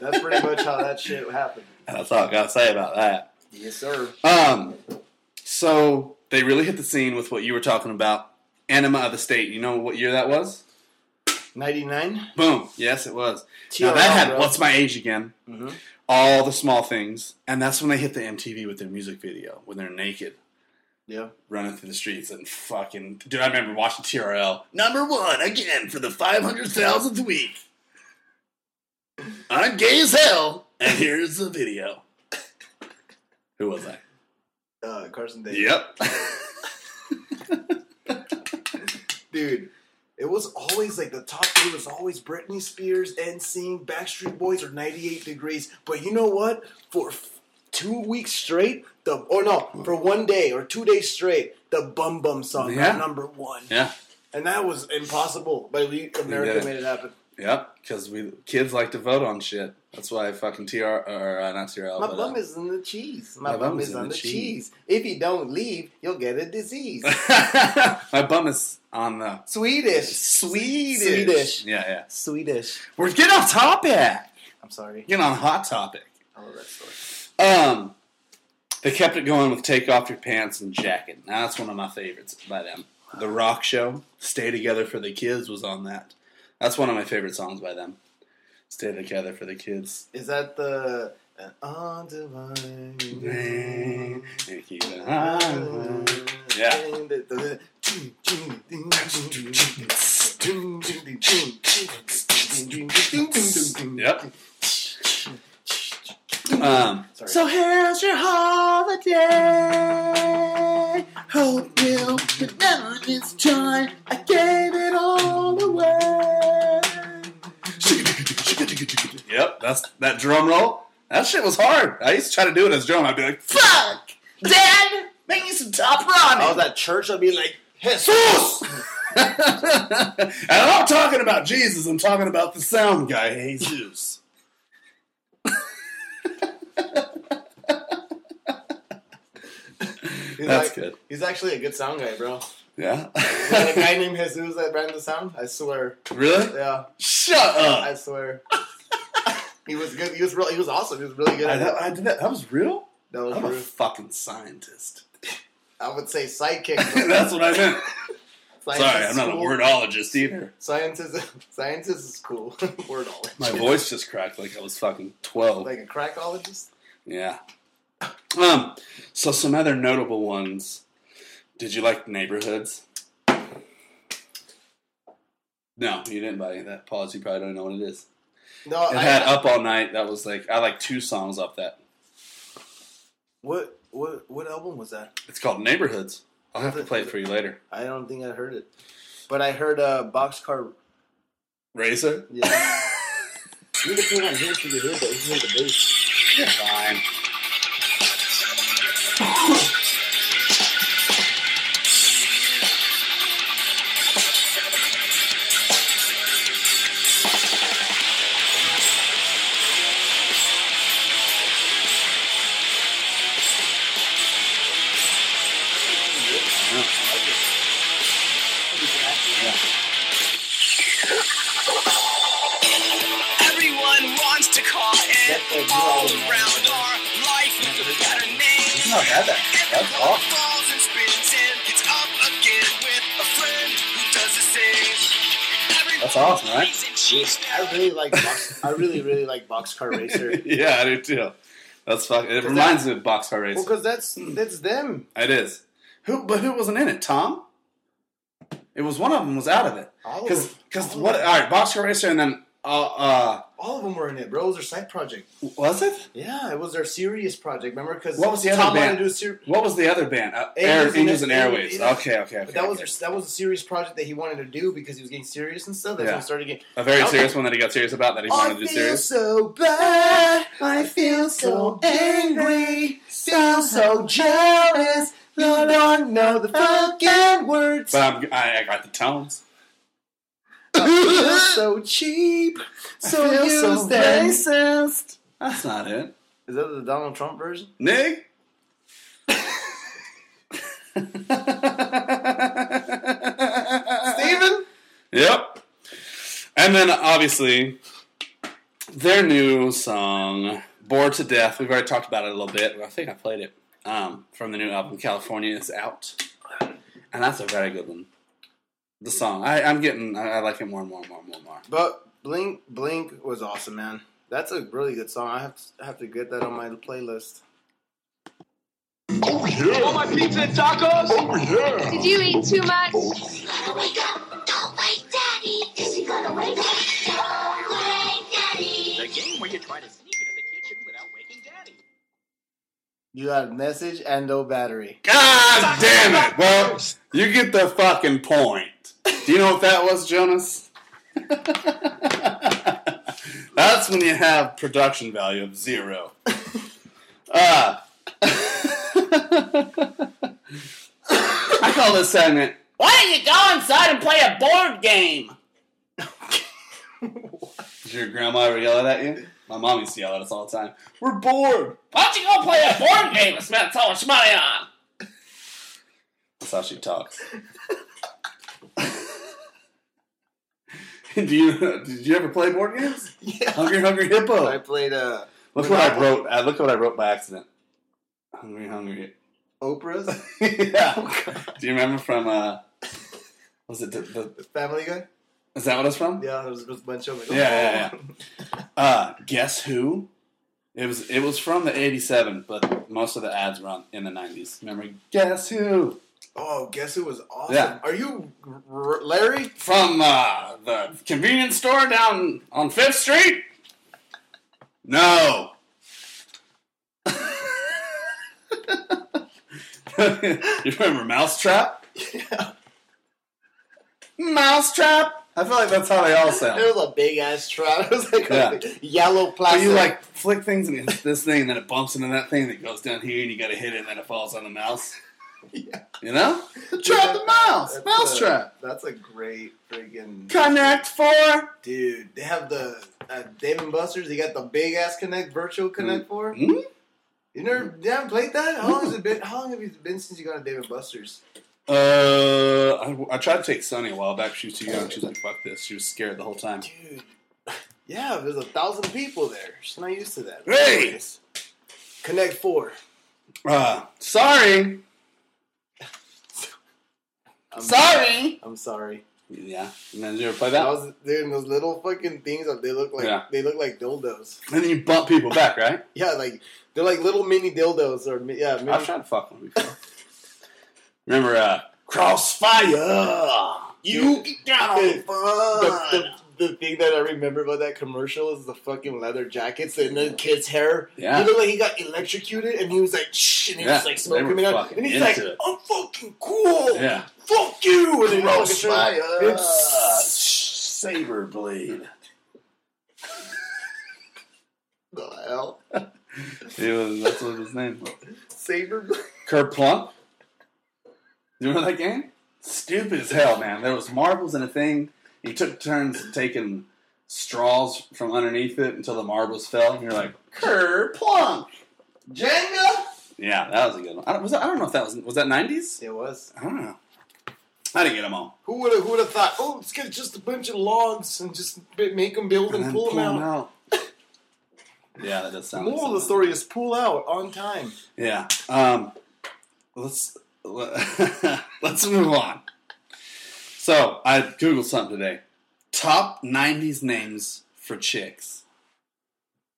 Speaker 4: That's pretty much how that shit happened.
Speaker 2: That's all I gotta say about that.
Speaker 4: Yes, sir.
Speaker 2: Um, so they really hit the scene with what you were talking about, Anima of the State. You know what year that was?
Speaker 4: 99.
Speaker 2: Boom. Yes, it was. now
Speaker 4: TRL,
Speaker 2: that had
Speaker 4: bro.
Speaker 2: "What's My Age Again,"
Speaker 4: Mhm.
Speaker 2: all the small things, and that's when they hit the MTV with their music video when they're naked.
Speaker 4: Yeah.
Speaker 2: running through the streets and fucking dude. I remember watching TRL number one again for the five hundred thousandth week. I'm gay as hell, and here's the video. Who was I?
Speaker 4: Uh, Carson Daly.
Speaker 2: Yep.
Speaker 4: Dude, it was always like the top three was always Britney Spears, NSYNC, Backstreet Boys, or 98 Degrees. But you know what? For f- two weeks straight, the or no, for one day or two days straight, the Bum Bum song
Speaker 2: Yeah.
Speaker 4: got number one.
Speaker 2: yeah.
Speaker 4: And that was impossible. But we,
Speaker 2: did
Speaker 4: America
Speaker 2: it.
Speaker 4: made it happen.
Speaker 2: Yep. Because we kids like to vote on shit. That's why I fucking TR or uh, not TRL.
Speaker 4: My
Speaker 2: but,
Speaker 4: bum
Speaker 2: uh,
Speaker 4: is on the cheese. My, bum, is on the cheese. If you don't leave, you'll get a disease.
Speaker 2: uh, my bum is on the
Speaker 4: Swedish.
Speaker 2: Swedish.
Speaker 4: Swedish.
Speaker 2: Yeah, yeah.
Speaker 4: Swedish.
Speaker 2: We're getting off topic.
Speaker 4: I'm sorry.
Speaker 2: Getting on hot topic.
Speaker 4: I love that story.
Speaker 2: Um, they kept it going with "Take Off Your Pants and Jacket." Now that's one of my favorites by them. The Rock Show, "Stay Together for the Kids" was on that. That's one of my favorite songs by them. "Stay Together for the Kids."
Speaker 4: Is that the uh, on divine?
Speaker 2: Thank you. Yeah,
Speaker 4: Yep.
Speaker 2: Um,
Speaker 4: Sorry.
Speaker 2: so here's your holiday. Hope you'll remember this time. I gave it all away. Yep, that's that drum roll. That shit was hard. I used to try to do it as a drum. I'd be like, "Fuck, Dad, make me some top ramen."
Speaker 4: Oh, that church, I'll be like,
Speaker 2: Jesus! and I'm not talking about Jesus, I'm talking about the sound guy, Jesus.
Speaker 4: he's
Speaker 2: That's
Speaker 4: like-
Speaker 2: good.
Speaker 4: He's actually a good sound guy, bro.
Speaker 2: Yeah.
Speaker 4: That guy named Jesus that ran the sound, I swear.
Speaker 2: really?
Speaker 4: Yeah,
Speaker 2: Shut
Speaker 4: I
Speaker 2: up.
Speaker 4: swear. he was good. He was real. He was awesome. He was really good
Speaker 2: I,
Speaker 4: at that.
Speaker 2: I did that. That was real?
Speaker 4: That was
Speaker 2: I'm a
Speaker 4: true.
Speaker 2: fucking scientist.
Speaker 4: I would say sidekick. but
Speaker 2: That's what I meant.
Speaker 4: science
Speaker 2: Sorry,
Speaker 4: is
Speaker 2: I'm not a
Speaker 4: cool.
Speaker 2: wordologist either.
Speaker 4: Science is science is cool. Wordologist.
Speaker 2: My voice just cracked like I was fucking 12.
Speaker 4: Like a crackologist.
Speaker 2: Yeah. Um, so some other notable ones. Did you like neighborhoods? No, you didn't buy that pause. You probably don't know what it is.
Speaker 4: No,
Speaker 2: It
Speaker 4: I
Speaker 2: had uh, up all night. That was like I like two songs off that.
Speaker 4: what what what album was that?
Speaker 2: It's called Neighborhoods. I'll have to play it for you later.
Speaker 4: I don't think I heard it, but I heard uh, Boxcar.
Speaker 2: Razor.
Speaker 4: Yeah. You can put it on here if you can hear, but you can hear the bass.
Speaker 2: Fine.
Speaker 6: Everyone wants to call it all around our life with a better
Speaker 2: It's
Speaker 6: name.
Speaker 2: not bad. Oh, That that's
Speaker 6: Everyone
Speaker 2: awesome.
Speaker 6: falls and spins in. It's up again with a friend who does the same.
Speaker 2: That's awesome, right?
Speaker 4: I really like box. I really really like Boxcar Racer.
Speaker 2: yeah, I do too. That's fuck. It
Speaker 4: that-
Speaker 2: reminds me of Boxcar Racer.
Speaker 4: Well, because that's that's them.
Speaker 2: It is. Who? But who wasn't in it? Tom. It was one of them was out of it.
Speaker 4: All of,
Speaker 2: Because
Speaker 4: them,
Speaker 2: because what? All right, Boxcar Racer, and then uh, uh
Speaker 4: all of them were in it, bro. It was their side project.
Speaker 2: was it?
Speaker 4: Yeah, it was their serious project. Remember, because
Speaker 2: What was the other
Speaker 4: Tom
Speaker 2: band?
Speaker 4: wanted to do a ser-
Speaker 2: What was the other band? Uh,
Speaker 4: Angels
Speaker 2: Air,
Speaker 4: and-
Speaker 2: Angels and
Speaker 4: Angels-
Speaker 2: Airwaves.
Speaker 4: yeah.
Speaker 2: Okay, okay, okay.
Speaker 4: But that was
Speaker 2: okay.
Speaker 4: their- that was a serious project that he wanted to do because he was getting serious and stuff. That's
Speaker 2: Yeah.
Speaker 4: when he started getting.
Speaker 2: a very
Speaker 4: that was-
Speaker 2: serious one that he got serious about that he wanted to do serious.
Speaker 4: so bad. I feel so angry. Feel so jealous. You don't know the fucking words.
Speaker 2: But I'm, I, I got the tones.
Speaker 4: Feel so cheap. So
Speaker 2: so
Speaker 4: used and racist.
Speaker 2: That's not it.
Speaker 4: Is that the Donald Trump version?
Speaker 2: Nig.
Speaker 4: Steven?
Speaker 2: Yep. And then obviously their new song, Bored to Death. We've already talked about it a little bit. I think I played it um, from the new album, California is out. And that's a very good one. The song. I, I'm getting, I, I like it more and more and more and more and more.
Speaker 4: But Blink Blink was awesome, man. That's a really good song. I have to, I have to get that on my playlist.
Speaker 7: Did you eat too much?
Speaker 3: Gotta wake up! Don't wake daddy! Is he gonna wake up? Don't wake daddy!
Speaker 6: The game where you try to sneak into the kitchen without waking daddy.
Speaker 4: You got a message and no battery.
Speaker 2: God damn it! Well, you get the fucking point. Do you know what that was, Jonas? That's when you have production value of zero. Uh, I call this segment. Why don't you go inside and play a board game? Did your grandma ever yell at you? My mom used to yell at us all the time. We're bored.
Speaker 5: Why don't you go play a board game and spend so much money on?
Speaker 2: That's how she talks. Do you did you ever play board games?
Speaker 4: Yeah.
Speaker 2: Hungry Hungry
Speaker 4: I
Speaker 2: Hippo.
Speaker 4: played uh,
Speaker 2: Look what I wrote. I look what I wrote by accident. Hungry Hungry.
Speaker 4: Oprah's Oh,
Speaker 2: yeah. Do you remember from uh was it the, the
Speaker 4: Family Guy.
Speaker 2: is that what it's from?
Speaker 4: Yeah, there was a bunch of them.
Speaker 2: Yeah, yeah, yeah. Uh, guess who? It was it was from the '87, but most of the ads were on, in the '90s. Remember, guess who?
Speaker 4: Oh, guess it was awesome.
Speaker 2: Yeah.
Speaker 4: Are you R- R- Larry?
Speaker 2: From uh, the convenience store down on Fifth Street? No. you remember Mousetrap? Mousetrap. I feel like that's how they all sound.
Speaker 4: It was a big ass trout. It was like
Speaker 2: Yeah.
Speaker 4: a big yellow
Speaker 2: But
Speaker 4: plastic.
Speaker 2: you like flick things and it hits this thing and then it bumps into that thing that goes down here and you gotta hit it and then it falls on the mouse.
Speaker 4: Yeah.
Speaker 2: You know? Trap the mouse!
Speaker 4: That's
Speaker 2: mouse
Speaker 4: a-
Speaker 2: trap!
Speaker 4: That's a great freaking
Speaker 2: Connect four!
Speaker 4: dude. They have the uh, Dave and Buster's. They got the big ass Connect Virtual Connect for.
Speaker 2: Mhm.
Speaker 4: You never
Speaker 2: Mm-hmm.
Speaker 4: you haven't played that? How long has it been? How long have you been since you got a Dave and Buster's?
Speaker 2: Uh, I, I tried to take Sunny a while back. She was too young. She was like, fuck this. She was scared the whole time.
Speaker 4: Dude, yeah, there's a thousand people there. She's not used to that.
Speaker 2: Hey!
Speaker 4: Anyways, Connect Four.
Speaker 2: Uh, sorry!
Speaker 4: I'm
Speaker 2: Sorry!
Speaker 4: I'm sorry.
Speaker 2: Um, Yeah. And then you ever play
Speaker 4: That
Speaker 2: that?
Speaker 4: was dude. Those little fucking things that they look like
Speaker 2: Yeah.
Speaker 4: they look like dildos.
Speaker 2: and then you bump people back, right?
Speaker 4: Yeah, like they're like little mini dildos or mi- yeah, mini,
Speaker 2: I've tried to fuck one before. Remember, uh, crossfire! You get down on
Speaker 4: Dude, the, the, the thing that I remember about that commercial is the fucking leather jackets and the kid's hair.
Speaker 2: Yeah.
Speaker 4: He looked like he got electrocuted and he was like, shh, and he
Speaker 2: Yeah,
Speaker 4: was like
Speaker 2: they
Speaker 4: smoking
Speaker 2: were
Speaker 4: coming out.
Speaker 2: fucking
Speaker 4: And he's
Speaker 2: into
Speaker 4: like,
Speaker 2: it.
Speaker 4: I'm fucking cool.
Speaker 2: Yeah.
Speaker 4: Fuck you. And then he
Speaker 2: Gross
Speaker 4: fucking turned-
Speaker 2: fire.
Speaker 4: It's-
Speaker 2: Saber blade.
Speaker 4: the hell?
Speaker 2: It was, that's what his name was.
Speaker 4: Saber.
Speaker 2: Kerplunk. You remember that game? Stupid as hell, man. There was marbles in a thing. You took turns taking straws from underneath it until the marbles fell, and you're like, Kerplunk.
Speaker 4: Jenga?
Speaker 2: Yeah, that was a good one. I don't, was that, I don't know if that was was that 90s.
Speaker 4: It was.
Speaker 2: I don't know. I didn't get them all.
Speaker 4: Who would have who would have thought, oh, let's get just a bunch of logs and just b- make them build and,
Speaker 2: then
Speaker 4: pull, them out.
Speaker 2: yeah, that does
Speaker 4: The
Speaker 2: sound. like
Speaker 4: moral of the
Speaker 2: something.
Speaker 4: story is pull out on time.
Speaker 2: Yeah. Um, let's le- let's move on. So I googled something today. Top '90s names for chicks.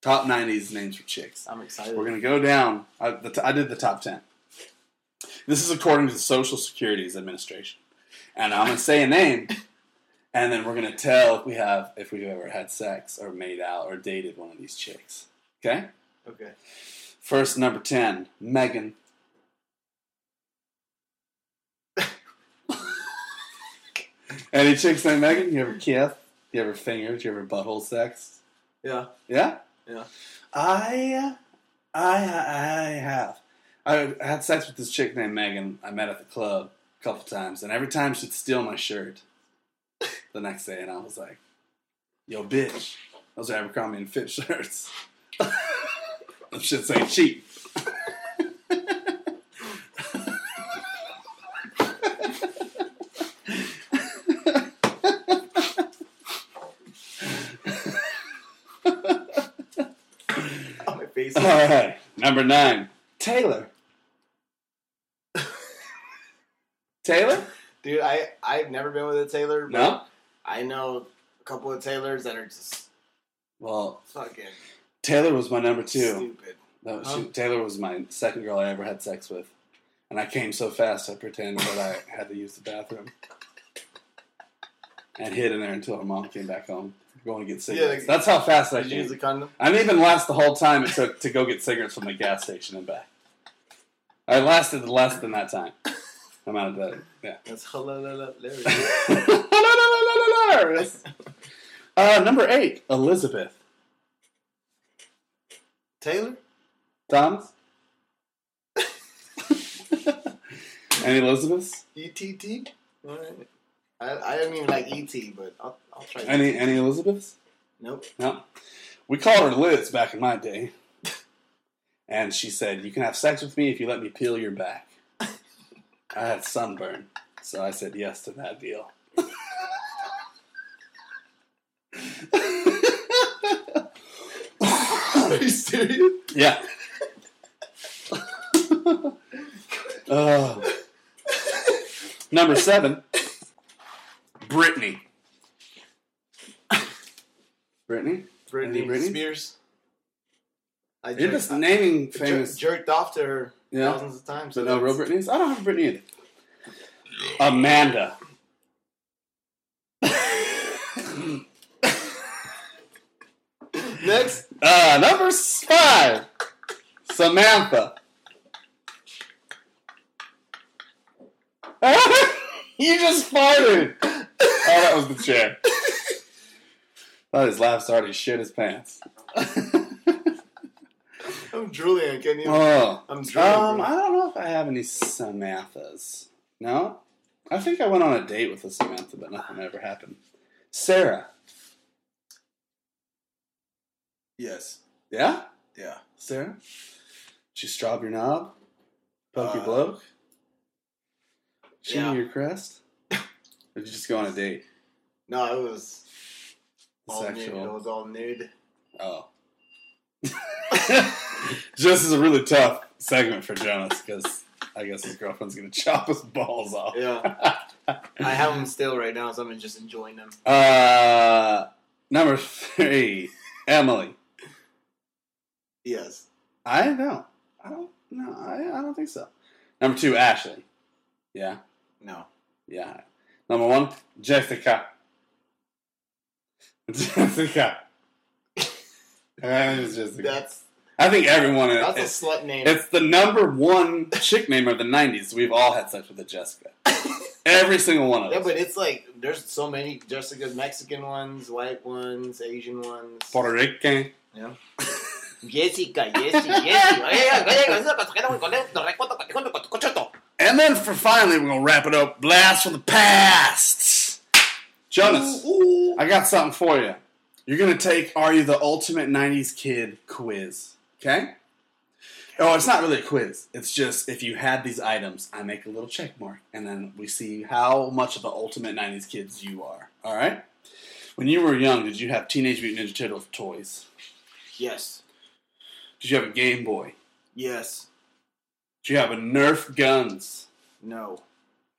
Speaker 2: Top '90s names for chicks.
Speaker 4: I'm excited.
Speaker 2: We're gonna go down. I, the t- I did the top ten. This is according to the Social Security's Administration, and I'm gonna say a name, and then we're gonna tell if we have if we've ever had sex or made out or dated one of these chicks. Okay.
Speaker 4: okay.
Speaker 2: First, number 10, Megan. Any chicks named Megan? You ever kiss? You ever fingered? You ever butthole sex?
Speaker 4: Yeah.
Speaker 2: Yeah?
Speaker 4: Yeah.
Speaker 2: I, I, I have. I had sex with this chick named Megan I met at the club a couple times, and every time she'd steal my shirt the next day, and I was like, yo, bitch. Those are Abercrombie and Fitch shirts. Them shits ain't cheap.
Speaker 4: On my face.
Speaker 2: All right, number nine, Taylor. Taylor?
Speaker 4: Dude, I I've never been with a tailor. But
Speaker 2: No.
Speaker 4: I know a couple of tailors that are just
Speaker 2: Well,
Speaker 4: fucking
Speaker 2: Taylor was my number two.
Speaker 4: stupid.
Speaker 2: No, she-
Speaker 4: Huh?
Speaker 2: Taylor was my second girl I ever had sex with, and I came so fast I pretended that I had to use the bathroom and hid in there until her mom came back home going to get cigarettes.
Speaker 4: like-
Speaker 2: That's how fast I
Speaker 4: Did you use a
Speaker 2: came.
Speaker 4: condom?
Speaker 2: I didn't even last the whole time it took to go get cigarettes from the gas station and back. I lasted less than that time. I'm out of that. Yeah.
Speaker 4: That's hilarious.
Speaker 2: uh, number eight, Elizabeth
Speaker 4: Taylor?
Speaker 2: Thomas. Any Elizabeths?
Speaker 4: ETT? E Alright. E I, I don't even like ET, but I'll, I'll try that.
Speaker 2: Any any Elizabeths?
Speaker 4: Nope.
Speaker 2: No. We called her Liz back in my day. And she said, You can have sex with me if you let me peel your back. I had sunburn. So I said yes to that deal.
Speaker 4: Are you serious?
Speaker 2: Yeah. Oh. Number seven, Brittany. Brittany?
Speaker 4: Britney,
Speaker 2: Any Britney?
Speaker 4: Spears. I
Speaker 2: You're
Speaker 4: jerked,
Speaker 2: just
Speaker 4: I
Speaker 2: naming
Speaker 4: Uh, jer-
Speaker 2: famous.
Speaker 4: jerked off to her
Speaker 2: Yeah.
Speaker 4: thousands of times.
Speaker 2: But no real Britneys? I don't have a Britney either. Amanda.
Speaker 4: Next,
Speaker 2: Uh, number s- five, Samantha. you just farted. Oh, that was the chair. Thought his laugh started. He shit his pants.
Speaker 4: I'm drooling. Can you?
Speaker 2: Oh,
Speaker 4: I'm drooling.
Speaker 2: um,
Speaker 4: bro.
Speaker 2: I don't know if I have any Samanthas. No, I think I went on a date with a Samantha, but nothing ever happened. Sarah.
Speaker 4: yes.
Speaker 2: Yeah,
Speaker 4: Yeah.
Speaker 2: Sarah. She strob your knob, poke your
Speaker 4: Uh,
Speaker 2: bloke. She
Speaker 4: yeah.
Speaker 2: knew your crest. Or did you just go on a date?
Speaker 4: No, it was all nude. It
Speaker 2: Sexual.
Speaker 4: was all nude.
Speaker 2: Oh. This is a really tough segment for Jonas because I guess his girlfriend's gonna chop his balls off.
Speaker 4: Yeah. I have them still right now, so I'm just enjoying them.
Speaker 2: Uh, number three, Emily.
Speaker 4: Yes.
Speaker 2: I don't. I don't. No, I, I don't think so. Number two, Ashley. Yeah,
Speaker 4: No.
Speaker 2: yeah. Number one, Jessica. Jessica. That is Jessica.
Speaker 4: That's
Speaker 2: I think everyone.
Speaker 4: that's a
Speaker 2: it's,
Speaker 4: slut name.
Speaker 2: it's the number one chick name of the '90s. We've all had sex with a Jessica. Every single one of
Speaker 4: Yeah,
Speaker 2: us.
Speaker 4: but it's like there's so many Jessica's Mexican ones, white ones, Asian ones.
Speaker 2: Puerto Rican.
Speaker 4: Jessica, Jessica, Jessica.
Speaker 2: And then for finally, we're gonna wrap it up. Blast from the past. Jonas, I got something for you. You're gonna take "Are You the Ultimate '90s Kid?" quiz. Okay. Oh, it's not really a quiz. It's just if you had these items, I make a little check mark, and then we see how much of the ultimate '90s kids you are. All right. When you were young, did you have Teenage Mutant Ninja Turtles toys?
Speaker 4: yes.
Speaker 2: Did you have a Game Boy?
Speaker 4: Yes.
Speaker 2: Did you have a Nerf guns?
Speaker 4: No.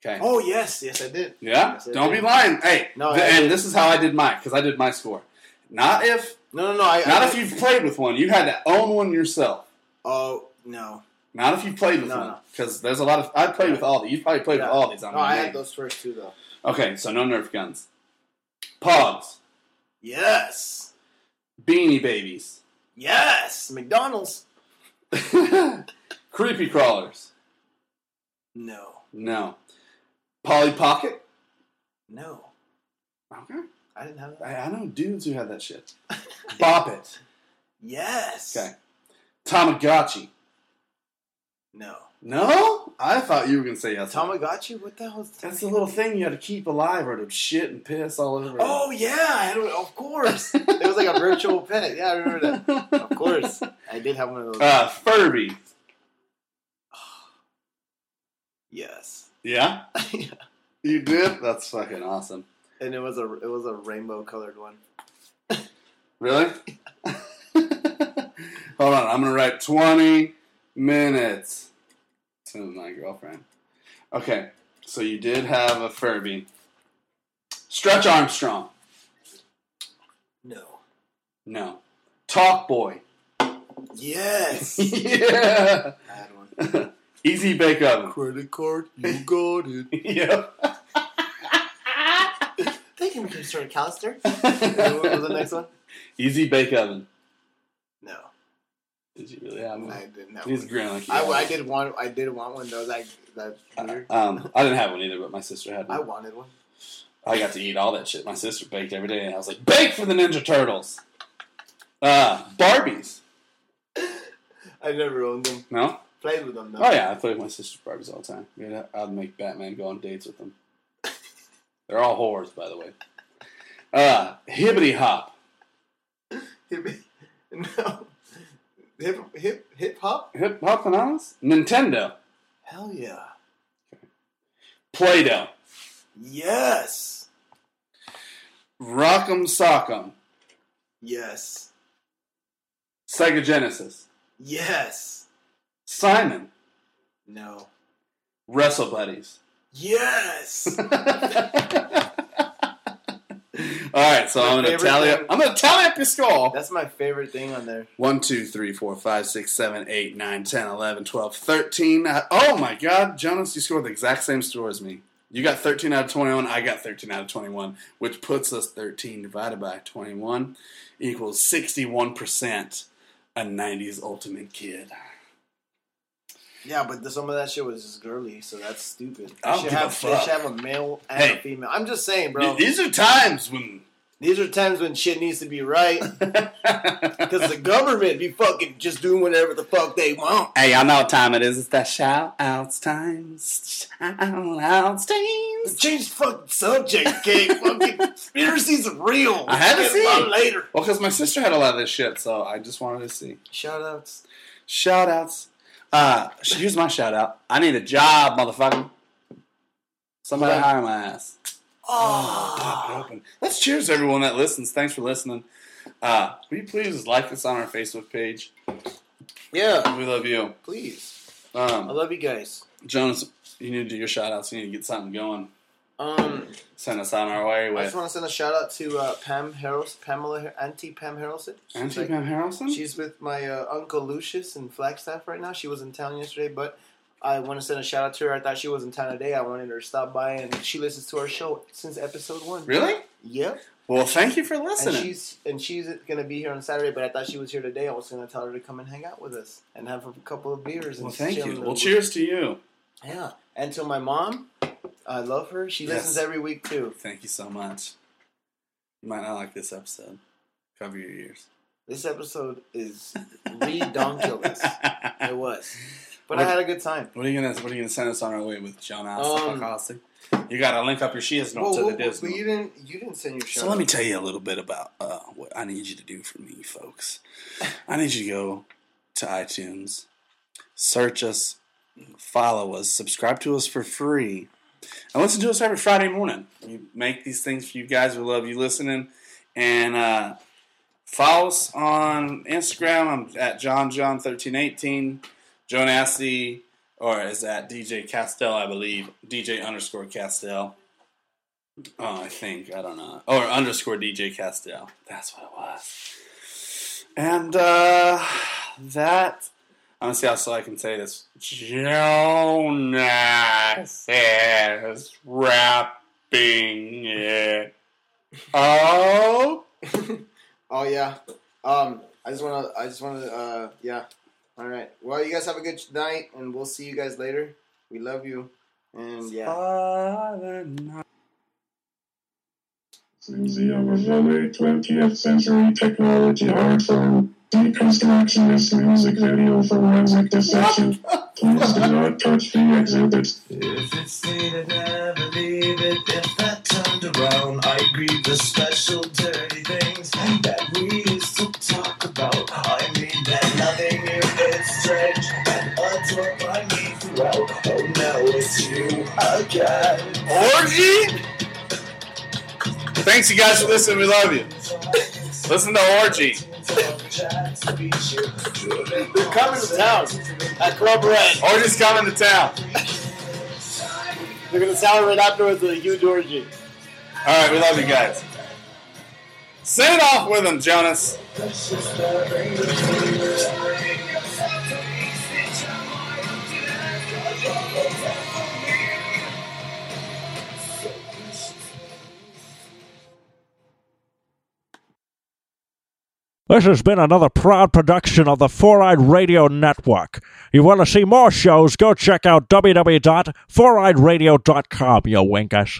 Speaker 2: Okay.
Speaker 4: Oh yes, yes I did.
Speaker 2: Yeah,
Speaker 4: Yes, I
Speaker 2: don't be
Speaker 4: did.
Speaker 2: lying. Hey,
Speaker 4: No,
Speaker 2: th-
Speaker 4: I
Speaker 2: and
Speaker 4: did.
Speaker 2: this is how I did mine because I did my score. Not if,
Speaker 4: No, no, no. I,
Speaker 2: not
Speaker 4: I,
Speaker 2: if you've played with one. You had to own one yourself.
Speaker 4: Oh no.
Speaker 2: Not if you played with
Speaker 4: No,
Speaker 2: one
Speaker 4: no.
Speaker 2: because there's a lot of. I played with all these. You probably played
Speaker 4: Yeah.
Speaker 2: with all these. I'm
Speaker 4: No, I
Speaker 2: lying.
Speaker 4: had those first two though.
Speaker 2: Okay, so no Nerf guns, Pogs,
Speaker 4: Yes.
Speaker 2: Beanie Babies,
Speaker 4: Yes. McDonald's.
Speaker 2: Creepy Crawlers.
Speaker 4: No.
Speaker 2: No, Polly Pocket.
Speaker 4: No.
Speaker 2: Okay,
Speaker 4: I didn't have that.
Speaker 2: I, I know dudes who had that shit. Bop it.
Speaker 4: Yes.
Speaker 2: Okay, Tamagotchi.
Speaker 4: No.
Speaker 2: No, I thought you were gonna say yes.
Speaker 4: Tamagotchi? What the hell is
Speaker 2: That's the little thing you had to keep alive, or it'd shit and piss all over.
Speaker 4: Oh yeah, I had one- of course. it was like a virtual pet. Yeah, I remember that. Of course, I did have one of those.
Speaker 2: Uh, Furby.
Speaker 4: yes,
Speaker 2: Yeah.
Speaker 4: Yeah.
Speaker 2: You did. That's fucking awesome.
Speaker 4: and it was a it was a rainbow colored one.
Speaker 2: Really? Hold on. I'm gonna write 20 minutes to my girlfriend. Okay. So you did have a Furby. Stretch Armstrong.
Speaker 4: No.
Speaker 2: No. Talk Boy.
Speaker 4: Yes,
Speaker 2: yeah.
Speaker 4: I had one.
Speaker 2: Easy Bake Oven.
Speaker 4: Credit card, you got it.
Speaker 2: yep.
Speaker 4: Thank you, Mr. Callister. And what was the next one?
Speaker 2: Easy Bake Oven.
Speaker 4: No,
Speaker 2: Did you really have one?
Speaker 4: I didn't have
Speaker 2: He's
Speaker 4: one.
Speaker 2: grinning like he
Speaker 4: I,
Speaker 2: always-
Speaker 4: I did want I did want one though. Like that weird.
Speaker 2: Um, I didn't have one either, but my sister had
Speaker 4: I
Speaker 2: one.
Speaker 4: wanted one.
Speaker 2: I got to eat all that shit. My sister baked every day, and I was like, "Bake for the Ninja Turtles." Uh, Barbies.
Speaker 4: I never owned them.
Speaker 2: No.
Speaker 4: Played with them though.
Speaker 2: Oh yeah, I played with my sister's Barbies all the time. We'd- I'd make Batman go on dates with them. They're all whores, by the way. Uh, Hibbity Hop.
Speaker 4: Hibbity No. Hip hip hip hop?
Speaker 2: Hip Hop and Honest? Nintendo.
Speaker 4: Hell yeah.
Speaker 2: Play Doh.
Speaker 4: Yes.
Speaker 2: Rock'em Sock'em.
Speaker 4: Yes.
Speaker 2: Sega Genesis.
Speaker 4: Yes.
Speaker 2: Simon.
Speaker 4: No.
Speaker 2: Wrestle Buddies.
Speaker 4: Yes.
Speaker 2: All right, so I'm gonna
Speaker 4: favorite
Speaker 2: tally up.
Speaker 4: thing-
Speaker 2: I'm gonna tally up your score.
Speaker 4: That's my favorite thing on there.
Speaker 2: One, two, three, four, five, six, seven, eight, nine, ten, eleven, twelve, thirteen. Uh, Oh my God, Jonas, you scored the exact same score as me. You got 13 out of 21. I got 13 out of 21, which puts us 13 divided by 21 equals 61%. A 90s ultimate kid.
Speaker 4: Yeah, but the, some of that shit was just girly, so that's stupid. They
Speaker 2: I don't
Speaker 4: should
Speaker 2: give a
Speaker 4: have they
Speaker 2: fuck.
Speaker 4: should have a male and
Speaker 2: Hey.
Speaker 4: a female. I'm just saying, bro.
Speaker 2: These are times when.
Speaker 4: These are times when shit needs to be right. Because the government be fucking just doing whatever the fuck they want.
Speaker 2: Hey, y'all know what time it is. It's that shout outs times. Shout outs times.
Speaker 4: Change the fucking subject, okay? fucking conspiracies are real.
Speaker 2: I haven't
Speaker 4: Get
Speaker 2: seen.
Speaker 4: about later.
Speaker 2: Well, because my sister had a lot of this shit, so I just wanted to see.
Speaker 4: Shout outs.
Speaker 2: Shout outs. Uh, sh- here's my shout out. I need a job, motherfucker. Somebody
Speaker 4: Yeah.
Speaker 2: hire my ass. Oh, pop it open. Let's cheers to everyone that listens. Thanks for listening. Uh, will you please like us on our Facebook page?
Speaker 4: Yeah,
Speaker 2: We love you.
Speaker 4: please. I
Speaker 2: Um,
Speaker 4: love you guys.
Speaker 2: Jonas, you need to do your shout outs. You need to get something going.
Speaker 4: Um,
Speaker 2: Send us on our way
Speaker 4: I just
Speaker 2: with
Speaker 4: want to send a shout out to uh, Pam Harrelson, Pamela, Har- Auntie Pam Harrelson. She's
Speaker 2: Auntie
Speaker 4: like-
Speaker 2: Pam Harrelson.
Speaker 4: She's with my uh, uncle Lucius in Flagstaff right now. She was in town yesterday, but I want to send a shout out to her. I thought she was in town today. I wanted her to stop by, and she listens to our show since episode one.
Speaker 2: Really?
Speaker 4: Yep.
Speaker 2: Well, thank you for
Speaker 4: And
Speaker 2: listening.
Speaker 4: she's and she's gonna be here on Saturday, but I thought she was here today. I was gonna tell her to come and hang out with us and have a couple of beers. And
Speaker 2: well, thank
Speaker 4: chill a
Speaker 2: you.
Speaker 4: little
Speaker 2: Well,
Speaker 4: bit.
Speaker 2: cheers to you.
Speaker 4: Yeah. And to my mom, I love her. She
Speaker 2: Yes.
Speaker 4: listens every week too.
Speaker 2: Thank you so much. You might not like this episode. Cover your ears.
Speaker 4: This episode is redonkulous. it was, but I
Speaker 2: What-
Speaker 4: had a good time.
Speaker 2: What are you gonna What are you gonna send us on our way with John
Speaker 4: Um,
Speaker 2: Alcacossi? You gotta link up your shiznor
Speaker 4: Whoa,
Speaker 2: to the
Speaker 4: whoa, whoa,
Speaker 2: Disney.
Speaker 4: but you didn't. You didn't send your show.
Speaker 2: so let me tell you a little bit about uh, what I need you to do for me, folks. I need you to go to iTunes, search us, follow us, subscribe to us for free, and listen to us every Friday morning. We make these things for you guys. We love you listening, and uh, follow us on Instagram. I'm at johnjohn1318. Joe Nasty, or is at DJ Castell, I believe. DJ underscore Castell. Oh, I think I don't know. Or underscore DJ Castell. That's what it was. And uh that I'm gonna see how slow I can say this. Jonas is wrapping it. Oh,
Speaker 4: Oh yeah. Um, I just wanna. I just wanna. Uh, yeah. All right. Well, you guys have a good night, and we'll see you guys later. We love you. And yeah.
Speaker 8: Susie of another 20th century technology art form. Deconstructionist music video for Music Deception. Please do not touch the exhibit.
Speaker 9: If it's fate, I'd never leave it. If that turned around, I grieve the special dirty things that we used to talk about. I mean that nothing new is strange and adored by me throughout. Oh, now it's you again.
Speaker 2: orgy! Thanks, you guys, for listening. We love you. Listen to orgy.
Speaker 9: They're
Speaker 4: coming to town at Club Red.
Speaker 2: Orgy's coming to town.
Speaker 4: They're gonna celebrate afterwards with a huge orgy.
Speaker 2: All right, we love you guys. Send it off with them, Jonas.
Speaker 1: This has been another proud production of the Four Eyed Radio Network. You want to see more shows? Go check out www.foureyedradio.com, you winkers.